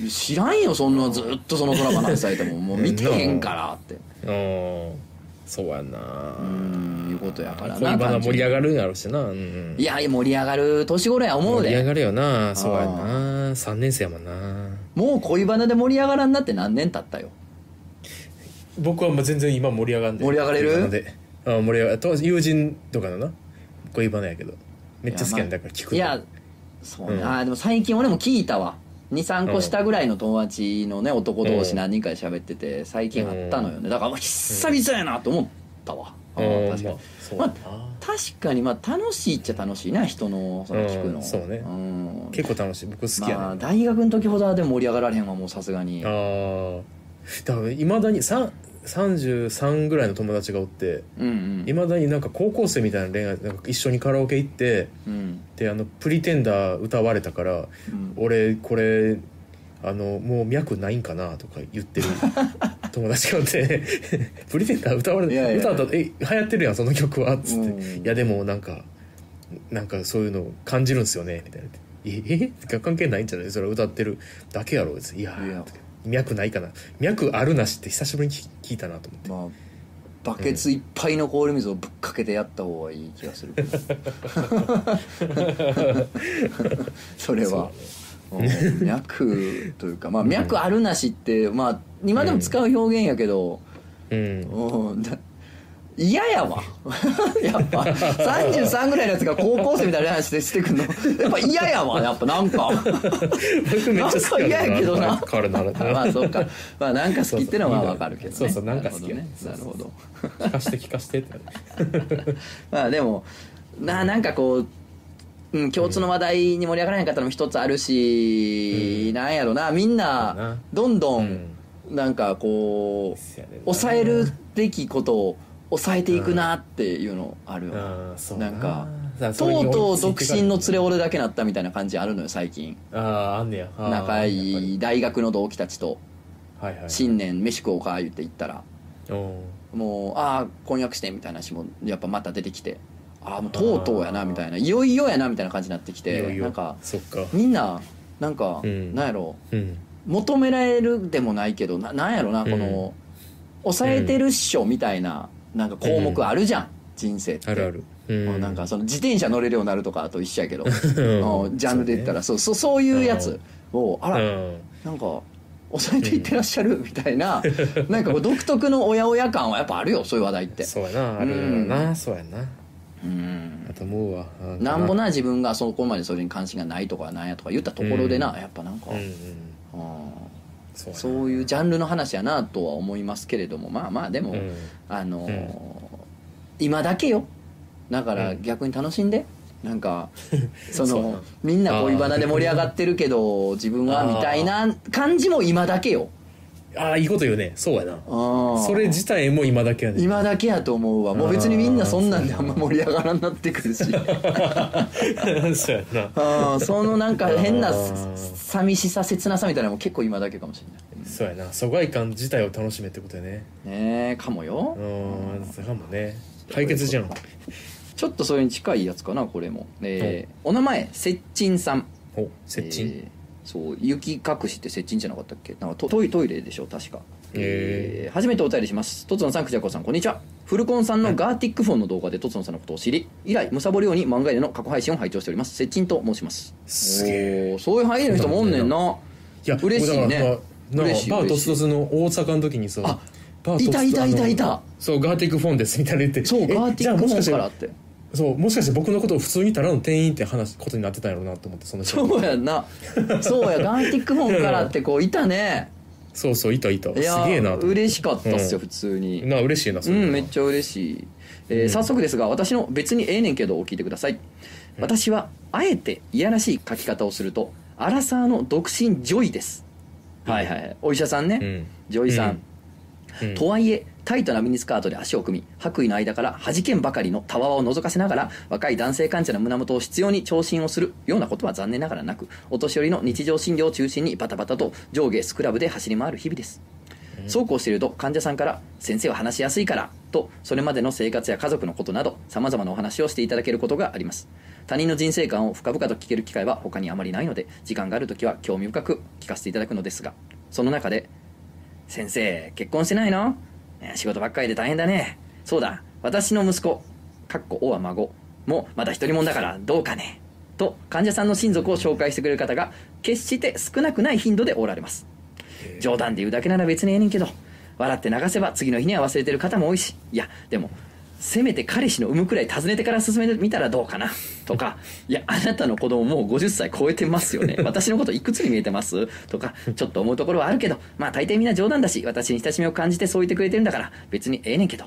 知らんよそんなずっとそのドラマ流されて ももう見てへんからってうんそうやんなうんいうことやから恋なバナ盛り上ががるんやろしなうんうんいやいや盛り上がる年頃や思う盛り上でがるよなそうやんな3年生やもんなもう恋バナで盛り上がらんなって何年経ったよ僕はまあ全然今盛り上がんで盛り上がれるなのであ盛り上がと友人とかのな恋バナやけどめっちゃ好きやんだから聞くのいやそうね、うんあーでも最近俺も聞いたわ23個下ぐらいの友達のね男同士何人かで喋ってて最近あったのよねだから久々やなと思ったわ、あうんー確かまあにそうやな確かにまあ楽しいっちゃ楽しいな人のその聞くの、うんそうねん結構楽しい僕好きやねんまあ大学の時ほどはでも盛り上がられへんわもうさすがにああだからいまだにさん33ぐらいの友達がおってうんうんいまだになんか高校生みたいな恋愛なんか一緒にカラオケ行ってうんであの「プリテンダー」歌われたからうん「俺これあのもう脈ないんかな」とか言 ってる友達がおって 「プリテンダー歌われいやいや歌ったえ流行ってるやんその曲は」っつってう「んいやでもなんかなんかそういうの感じるんすよね」みたいな「ええ関係ないんじゃないそれは歌ってるだけやろ」別に「いやいや脈ないかな脈あるなし」って久しぶりに聞聞いたなと思って。まあバケツいっぱいの氷水をぶっかけてやった方がいい気 がするけどそれはうん脈というかまあ脈あるなしってまあ今でも使う表現やけどうんうんだ嫌やわ やっぱ33ぐらいのやつが高校生みたいな話でしてくんのやっぱ嫌やわやっぱなんか僕 めっちゃ好きなんか嫌やけどな変わるなら まあそうかまあなんか好きってのはわかるけどねそうそうなんか好きやなるほどねな聞るほどかして聞かしてってまあでもななんかこう、うん、共通の話題に盛り上がらへんかったのも一つあるし、なんやろなみんそうだななどんどうんんなんかこそううやねんな抑えるべきことを抑えていくなっていうのあるよあなーそうなだなんかだからとうとうそれに追独いついていかない身の連れ俺だけなったみたいな感じあるのよ最近あああんねやあー仲やっぱいりい大学の同期たちとはいはい新年飯食おうか言って行ったらうんもうああ婚約してみたいな話もやっぱまた出てきてああもうとうとうやなみたいないよいよやなみたいな感じになってきていよいよなんかそっかみんななんか、うんなんやろうん求められるでもないけどななんやろなこの、抑えてるっしょみたいななんか項目あるじゃん、人生ってあるあるうんもうなんかその自転車乗れるようになるとかと一緒や けどあのジャンルで言ったらそそう,、そうそういうやつをうあら、ねうんなんか抑えていってらっしゃるみたいな、なんかこう独特のおやおや感はやっぱあるよそういう話題ってそうやなあるやろなそうやなうんあと思うわなんかなんぼな自分がそこまでそれに関心がないとかなんやとか言ったところでな、やっぱなんか、うんううんんそうやなそういうジャンルの話やなとは思いますけれどもまあまあでも、うんあのー今だけよだからうん逆に楽しんでな んかそそうやのなみんな恋バナで盛り上がってるけど自分はあーみたいな感じも今だけよああいいこと言うねそうやなそそれ自体も今だけやね今だけやと思うわもう別にみんなそんなんであんま盛り上がらんなってくるし そうやなあーそのなんか変なあー寂しさ切なさみたいなのも結構今だけかもしれそうやな疎外感自体を楽しめってことやねないねえかもようんそうかもね解決じゃんちょっとそれに近いやつかなこれも、えーお名前接近さんお接近えーそう雪隠しって接近じゃなかったっけなんかトトイトイレでしょ確かへーー初めてお便りしますとつのさんくじゃこさんこんにちはフルコンさんのガーティックフォンの動画でとつのさんのことを知り以来むさぼるように漫画での過去配信を拝聴しております接近と申しますすげえおーそういう範囲の人もおんねんな嬉しいだからねな嬉しいバー嬉ドしスいドスの大阪の時にそうあバートスいたいたいたいたあのそうガーティックフォンですみたいな言ってそうえガーテじィゃッあクもしフォかンしてからってそうもしかして僕のことを普通にただの店員って話ことになってたんやろうなと思ってその人そうやんなそうやガーティックフォンからってこういたねそうそういたいたい すやげえなと思って嬉しかったっすよ、うん普通にな嬉しいなうれんめっちゃ嬉しい、えー早速ですが私の「別にええねんけど」を聞いてください、私はあえていやらしい書き方をするとアラサーの独身ジョイです、はいはいはいお医者さんね、うんジョイさん、うんとはいえタイトなミニスカートで足を組み白衣の間から弾けんばかりのたわわを覗かせながら若い男性患者の胸元を執拗に聴診をするようなことは残念ながらなくお年寄りの日常診療を中心にバタバタと上下スクラブで走り回る日々ですそうこうしていると患者さんから「先生は話しやすいから」とそれまでの生活や家族のことなどさまざまなお話をしていただけることがあります他人の人生観を深々と聞ける機会は他にあまりないので時間がある時は興味深く聞かせていただくのですがその中で「先生結婚してないのね仕事ばっかりで大変だねそうだ私の息子かっこおは孫もまだ独り者だからどうかね」と患者さんの親族を紹介してくれる方が決して少なくない頻度でおられます冗談で言うだけなら別にええねんけど笑って流せば次の日には忘れてる方も多いしいやでもせめて彼氏の産むくらい尋ねてから進めてみたらどうかなとか「いやあなたの子供もう50歳超えてますよね私のこといくつに見えてます?」とかちょっと思うところはあるけどまあ大抵みんな冗談だし私に親しみを感じてそう言ってくれてるんだから別にええねんけど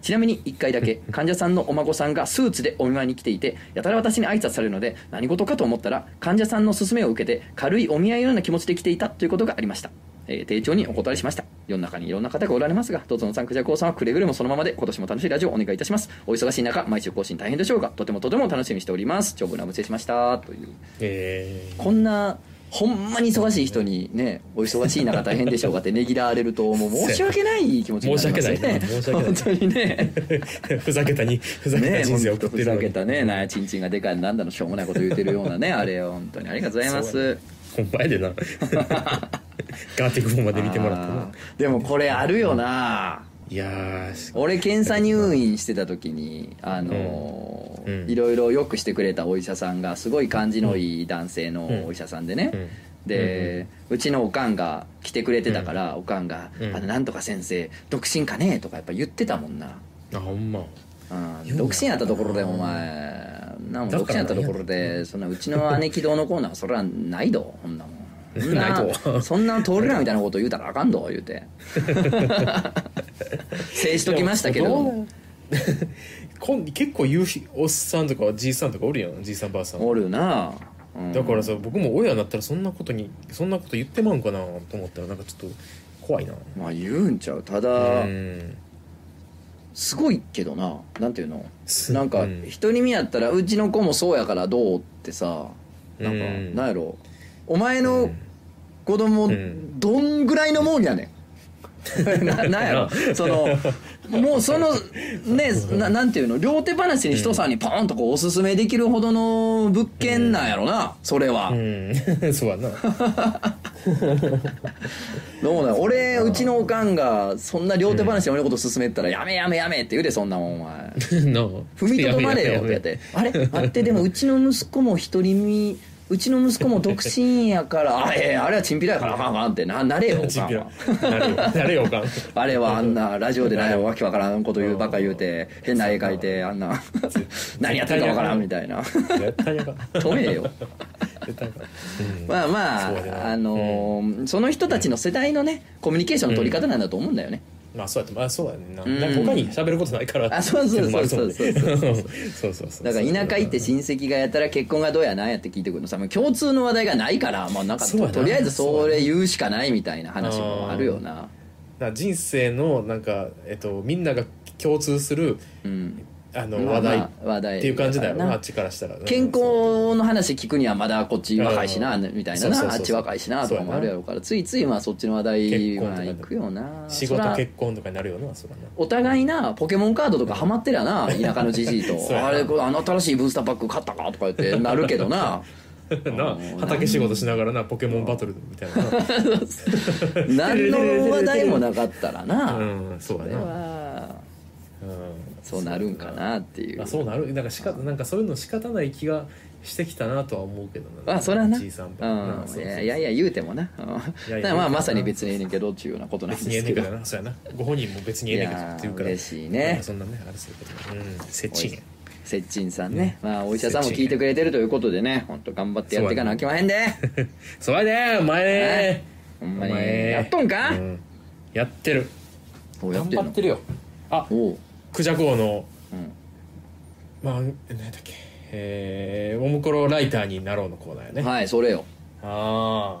ちなみに1 回だけ患者さんのお孫さんがスーツでお見舞いに来ていてやたら私に挨拶されるので何事かと思ったら患者さんの勧めを受けて軽いお見合いのような気持ちで来ていたということがありました、えー、丁重にお断りしました世の中にいろんな方がおられますがどうぞのさんクジャコウさんはくれぐれもそのままで今年も楽しいラジオをお願いいたしますお忙しい中毎週更新大変でしょうがとてもとても楽しみにしております長文乱無礼しましたというえーこんなほんまに忙しい人にねお忙しい中大変でしょうがってねぎらわれるともう申し訳ない気持ちになりますよ 申ねし訳ない申本し当にねふざけたにふざけねた人生を送ってふるのざにけたねなやちんちんがでかいなんだのしょうもないこと言ってるよう なねあれ本当にありがとうございまそうやすねほんまや でなガーティックフォンまで見てもらったあなーでもこれあるよな、いやー俺検査入院してた時にあのーうんいろいろよくしてくれたお医者さんがすごい感じのいい男性のお医者さんでね、うんで、うちのおかんが来てくれてたから、おかんが、うんあの「なんとか先生独身かね?」とかやっぱ言ってたもんな、あほんまう、言うんな独身やったところでお前なんもだ独か身らやったところでそんなうちの姉貴堂のコーナーはそれはないどほんなもんそ んないなどそんな通るなみたいなこと言うたらあかんど言 うて制しときましたけれどでもも こん結構言うひおっさんとかじいさんとかおるやんじいさんばあさんおるな、うんだからさ僕も親になったらそんなことにそんなこと言ってまうんかなと思ったらなんかちょっと怖いなまあ言うんちゃうただうんすごいけどななんていうのすなんかうん人に見やったらうちの子もそうやからどうってさなんかうんなんやろお前うのん子供うんどんぐらいのもんやね んななんやろそのもうそのねななんていうの両手話に人さんにポーンとこうおすすめできるほどの物件なんやろなそれは、うん そう やなどうもだ俺うちのおかんがそんな両手話で俺のこと勧めてたら「やめやめやめ」って言うでそんなもんお前なあ踏みとどまれよってやっやて「あれあってでもうちの息子も一人身うちの息子も独身やからあええあれはチンピラやからあかんあかん」ってなな れよおちかんんぴらは。なれよなれよおかんあれはあんなラジオ でないわけわからんこと言うばっか言うて変な絵描いてあ んな何やってるかわからんみたいな絶対やかん止めえよ絶対やかんうんまあまそうだあなあのーその人たちの世代のねコミュニケーションの取り方なんだと思うんだよねまあそうやってまあそうやねんなうんなんか他に喋ることないからあそうそうそうそうっていうのもあると思う そうそうそうだから田舎行って親戚がやったら結婚がどうやなんやって聞いてくるのさもう共通の話題がないからまあなんかそうやとなとりあえずそれ言うしかないみたいな話もあるよなだから人生のなんかえっとみんなが共通するうんあのまあ話題まあ話題っていう感じだよだからななあっちからしたら健康の話聞くにはまだこっち若いしなうんみたいなそうそうそうなそあうっち若いしなとかもあるやろうからついついまあそっちの話題は行くよな仕そ事ら結婚とかになるよなそれはなお互いなポケモンカードとかハマってりゃな田舎のじじいとそうやなあれこれあの新しいブースターパック買ったかとか言ってなるけど なな畑仕事しながらなポケモンバトルみたいなな何の話題もなかったら な、うんそうそやれなはうんそうなるんかなっていうあそうなるなんかしかなんかそういうの仕方ない気がしてきたなとは思うけどなあそれはなじいさんばうんいやいやいや言うてもなうんだいやからまあまさに別にええねんけどっていうようなことなん別でにええすねけんけどどなそうやなご本人も別にええねんけどっていうからいやー嬉しいねまあそんなねあれそういうことうん接近接近さんねまあお医者さんも聞いてくれてるということでね本当頑張ってやっていかなあきまへんでそれでお前ねほんまにやっとんかうやってるおやっ頑てる張のってるよあおうクジャコウのうんまあ何だっけえー、おもころライターになろうのコーナーやねはいそれよああ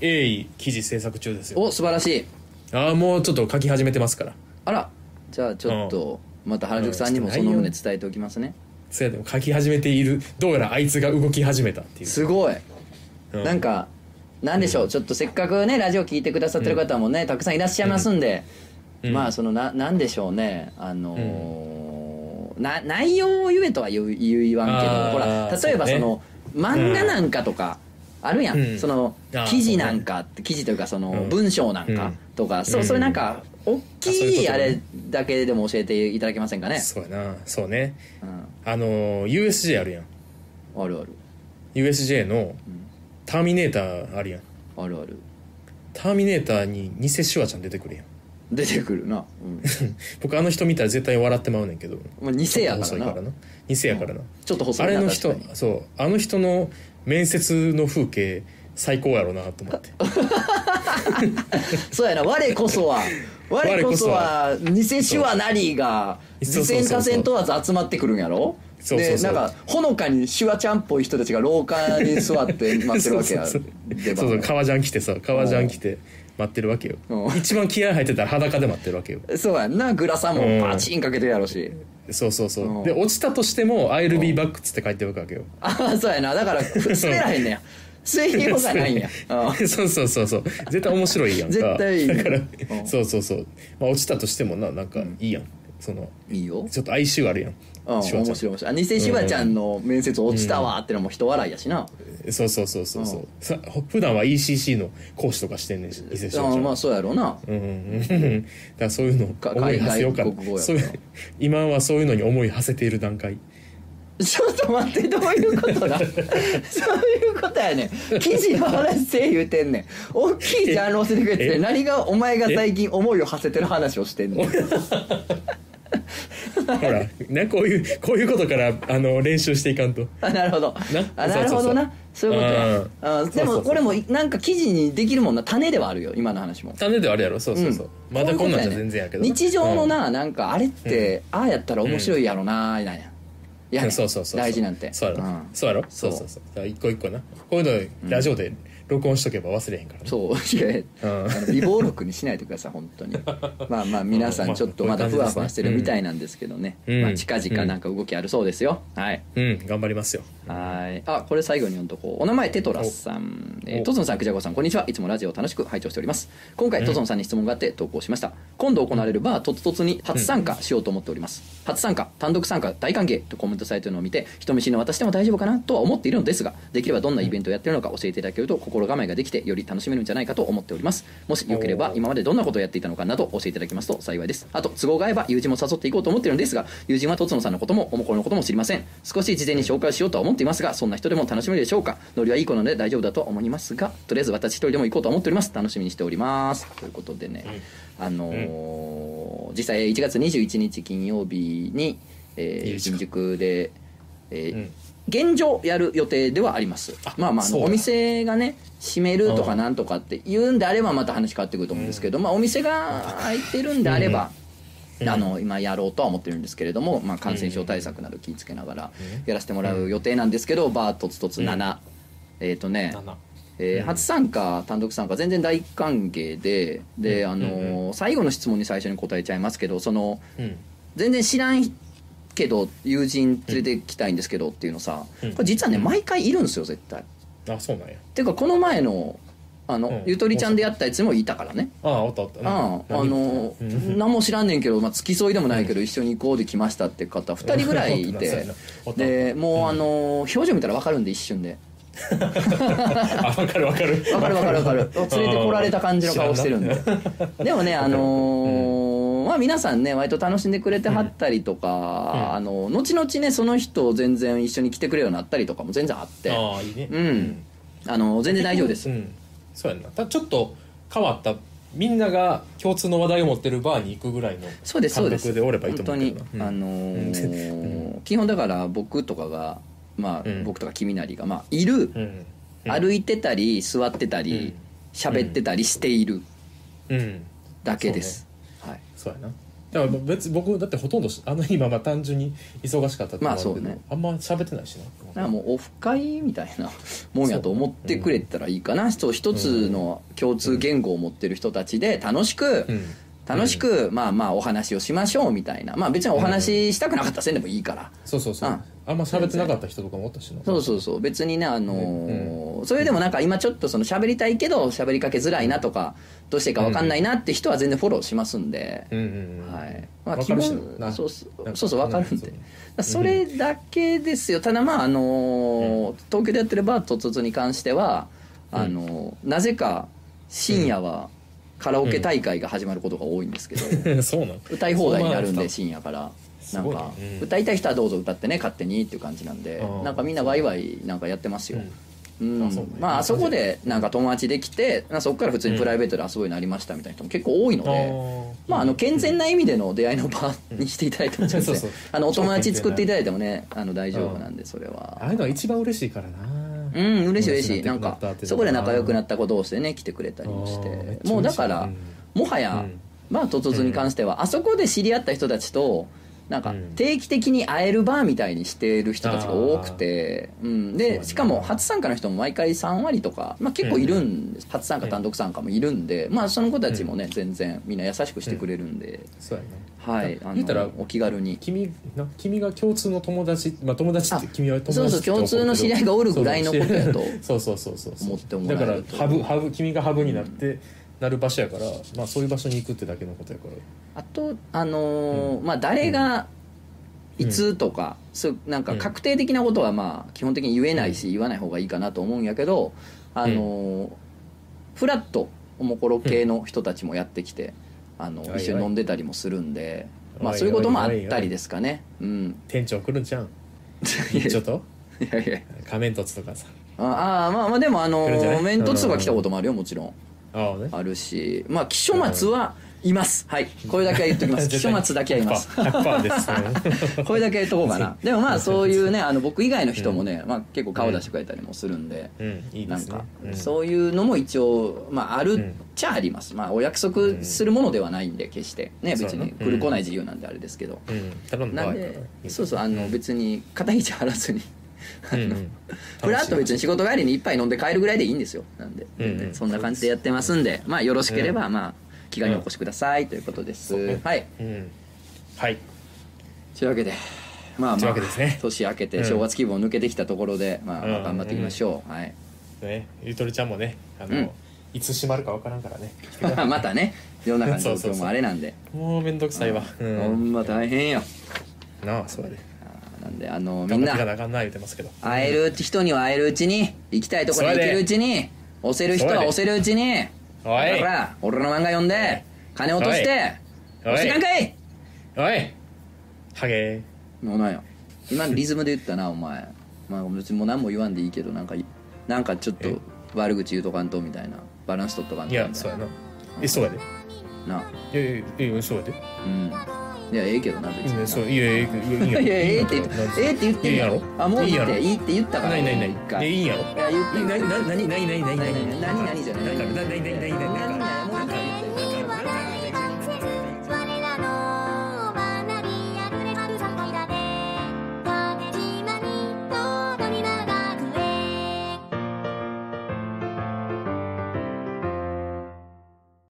鋭意記事制作中ですよお素晴らしいああもうちょっと書き始めてますからあらじゃあちょっとまた原宿さんにもその旨伝えておきますねそうやでも書き始めているどうやらあいつが動き始めたっていうすごいうんなんかなんでしょうちょっとせっかくねラジオ聞いてくださってる方もね、たくさんいらっしゃいますんで、うんまあそのななんでしょうねあのーな内容を言えとは言う言う言わんけどあーほら例えそばそうねの漫画なんかとかあるやん、うんそのあー記事なんかって記事というかそのうん文章なんかとか、そううんそれなんか大あそういうきこいとあねれだけでも教えていただけませんかね、そうやなそうねうん、あの USJ あるやんあるある USJ の「ターミネーター」あるやんあるある「ターミネーター」に偽シュワちゃん出てくるやん出てくるな、うん僕あの人見たら絶対笑ってまうねんけどまあ、偽やから細いなからな偽やからな、ちょっと細いあなれの人確かにそうあの人の面接の風景最高やろなと思ってそうやな我 こそは我こそは偽手話なりがそ自うそうそうそう戦火線問わず集まってくるんやろそうそうそうでなんかほのかに手話ちゃんっぽい人たちが廊下に座って待ってるわけ やそうそう出そ番うをそう革ジャン着てさ革ジャン着て待ってるわけようん一番気合入ってたら裸で待ってるわけよそうやんなグラサンもパチンかけてるやろしそうそうそう、うんで落ちたとしても「I'll be back」っつって書いておくわけよああそうやなだから滑らへんねや水平がないんやうん そうそうそうそう絶対面白いやんか絶対いいねだから、うんそうそうそう、まあ、落ちたとしてもななんかいいやん、そのいいよちょっと哀愁あるやん、うん、面シュワ白いちゃ面ん白いあ偽手話ちゃんの面接落ちたわってのも人笑いやしな、そうそうそうそうそううさ普段は ECC の講師とかしてんねんし伊勢翔ちゃんうんまあそうやろうなうんうんうんだからそういうのをか思い馳せようか海外国語なやかそらういう今はそういうのに思い馳せている段 階ちょっと待ってどういうこと だそういうことやねん記事の話せえ言うてんねん大きいジャンルを教えてくれってえ何がお前が最近思いを馳せてる話をしてんねんほらねこういうこういうことからあの練習していかんとあなるほどなあなるほどなそそううそうそういうことやうんあでそうそうそもうこれもなんか記事にできるもんな種ではあるよ今の話も種ではあれやろそうそうそう、うんまだこんなんじゃそうい全然うことややねけど日常のうんななんかあれってああやったら面白いやろななんやいやねんそうそうそうそう大事なんてそうやろ、んそうやろそそううそうそうだから一個一個なこういうのラジオで録音しとけば忘れへんからね、そういやうんあの備忘録にしないでください本当にまあまあ皆さまんあちょっとまだこふういうわ感じですねふわしてるみたいなんですけどね、うんまあ、近々なんか動きあるそうですよ、はいうん頑張りますよはいあこれ最後に読んどこうお名前テトラスさん、えーおトゾンさんクジャゴさんこんにちはいつもラジオを楽しく拝聴しております今回トゾンさんに質問があって投稿しました、今度行われるバーとつとつに初参加しようと思っております、初参加単独参加大歓迎とコメントされているのを見て人見知りの私でも大丈夫かなとは思っているのですができればどんなイベントをやっているのか教えていただけると心構えができてより楽しめるんじゃないかと思っておりますもしよければおー今までどんなことをやっていたのかなど教えていただきますと幸いですあと都合が合えば友人も誘っていこうと思っているんですが友人はとつのさんのこともおもころのことも知りません少し事前に紹介しようとは思っていますがそんな人でも楽しめるでしょうかノリはいい子なので大丈夫だとは思いますがとりあえず私一人でも行こうと思っております楽しみにしておりますということでね、あのー実際1月21日金曜日に、えーいいですか新宿で、えーうん現状やる予定ではありますまあまああそうだのお店がね閉めるとうかんなんとかって言うんであればまた話変わってくると思うんですけど、まあお店が開いてるんであれば、うんあの今やろうとは思ってるんですけれども、まあ、感染症対策など気をつけながらやらせてもらう予定なんですけど、バーとつとつ7、えっ、とね、えー初参加単独参加全然大歓迎でで、うんあのーう最後の質問に最初に答えちゃいますけどそのうん全然知らんけど友人連れてきたいんですけどっていうのさ、うんこれ実はね毎回いるんですよ絶対。あそうなんやていうかこの前のあの、うんゆとりちゃんでやったやつもいたからね。ああおったおったうんあああのうん何も知らんねんけど、まあ、付き添いでもないけど一緒に行こうで来ましたって方2人ぐらいいそうやてな おったおったでもうあの表情見たら分かるんで一瞬で あ分かる分かる分かる分かる分か る連れてこられた感じの顔してるんだででもねあのーまあ皆さんね割と楽しんでくれてはったりとか、うんあの後々ねその人全然一緒に来てくれるようになったりとかも全然あってああいいねうんあの全然大丈夫ですうんそうやんなただちょっと変わったみんなが共通の話題を持ってるバーに行くぐらいのそうですそうです感覚でおればいいと本思当うけどにな、あうんのーう基本だから僕とかがまあ、うん僕とか君なりがまあいる、うん歩いてたり座ってたうんり喋、ってたりしているうんだけです、はいそうやなだから別に僕だってほとんどしあの今まあ単純に忙しかったってのもるけどまあそうねあんま喋ってないしななんかもうオフ会みたいな もんやと思ってくれたらいいかなそう一つの共通言語を持ってる人たちで楽しくうん楽しく、まあまあお話をしましょうみたいなまあ別にお話ししたくなかったらせんでもいいから、そうそうそううんあんま喋ってなかった人とかもおったしなそうそうそう別にねあのーそれでもなんか今ちょっとその喋りたいけど喋りかけづらいなとかどうしていいか分かんないなって人は全然フォローしますんで、うんうんうんはいまあわ基かる本しなそうそなんうかそうそう分かるんそうでそれだけですよただまああのー東京でやってるバーとつつに関してはあのーなぜか深夜はカラオケ大会が始まることが多いんですけ ど、そうなの歌い放題になるんそうなんでです深夜からすなんごいねかうん歌いたい人はどうぞ歌ってね勝手にっていう感じなんであーなんかみんなワイワイなんかやってますようんあそうねまああそこでなんか友達できてまあそこから普通にプライベートで遊ぶようになりましたみたいな人も結構多いのであまああの健全な意味での出会いの場にしていただいても全そう然そうあのお友達作っていただいてもねあの大丈夫なんでそれはああいうのは一番嬉しいからなうん嬉しい嬉し友い達なにんなったかっていうのがそこで仲良くなった子同士でね来てくれたりもしあーめってちゃもうだかうらんもはやうんまあとつに関してはあそこで知り合った人たちとなんかうん定期的に会えるバーみたいにしてる人たちが多くてうんそうやでなしかも初参加の人も毎回3割とかまあ結構いるんです初参加単独参加もいるんでまあその子たちもね全然みんな優しくしてくれるんでそうやねはいあ言ったらのお気軽に君な君が共通の友達まあ友達ってあ君は友達そうそうって共通の知り合いがおるぐらいのことやと そうそうそうそうそう思ってもらだえからるとハブハブ君がハブになって、なる場所やから、まあ、そういう場所に行くってだけのことやからあとあのーまあ誰がいつとか、そうなんかうん確定的なことはまあ基本的に言えないし、言わない方がいいかなと思うんやけどあのーフラッとおもころ系の人たちもやってきて、あのいはい一緒に飲んでたりもするんで、まおいあおいそういうこともあったりですかねうん 店長来るんじゃんいやいちょっとやいや仮面凸とかさああーまあまあでもあの来るんじゃなーい面凸とか来たこともあるよもちろんああねあるしまあ木書松はいますはいこれだけは言っときます 木書松だけはいます 100%, 100です、 ね、これだけ言っとこ うかなでもまあそういうねあの僕以外の人もね、まあ、結構顔出してくれたりもするんで、うんいいでなんすねか、うんそういうのも一応、まあ、あうるんっちゃあります、まあお約束するものではないんで決してねそう別やなに来る来ない自由なんであれですけど、うん頼んだなわんいでからいいそうそうあの、別に肩肘張らずにうんうんふらっと別に仕事帰りに一杯飲んで帰るぐらいでいいんですよなんで、うんうんそんな感じでやってますんでまあよろしければ、まあ気軽にお越しくださいということです、ねはいうんはいというわけでまあというまわあけですね年明けてうん正月気分を抜けてきたところで、まあ、まあうん頑張っていきましょう、はい、 ねゆとりちゃんもねあの、うんいつ閉まるかわからんからねまたね世の中の状そうそう況そうもあれなんでもうめんどくさいわ、うんほんま大変よなあそうやでなんであのみ頑ん張っていかななあかんな言うてますけど会える人には会えるうちに行きたいところに行けるうちに押せる人は押せるうちにそうやでおいほら俺の漫画読んで金落としておい押してかんかいおいハゲもうなんや今のリズムで言ったなお前まあ別にもう何も言わんでいいけどなんかいなんかちょっとえ悪口言うとかんとみたいなバランス取っとかんといみたいやなそうやなえそうやでないやいやいやそうやでうんいやええけどな別いいにねなそういやいやいやいやいいややええいって言ってええって言っているいやろあもういいやっろていいって言ったからないないない一回えいいんやろいや言っなてになになになになになに何何じゃないなになになになになに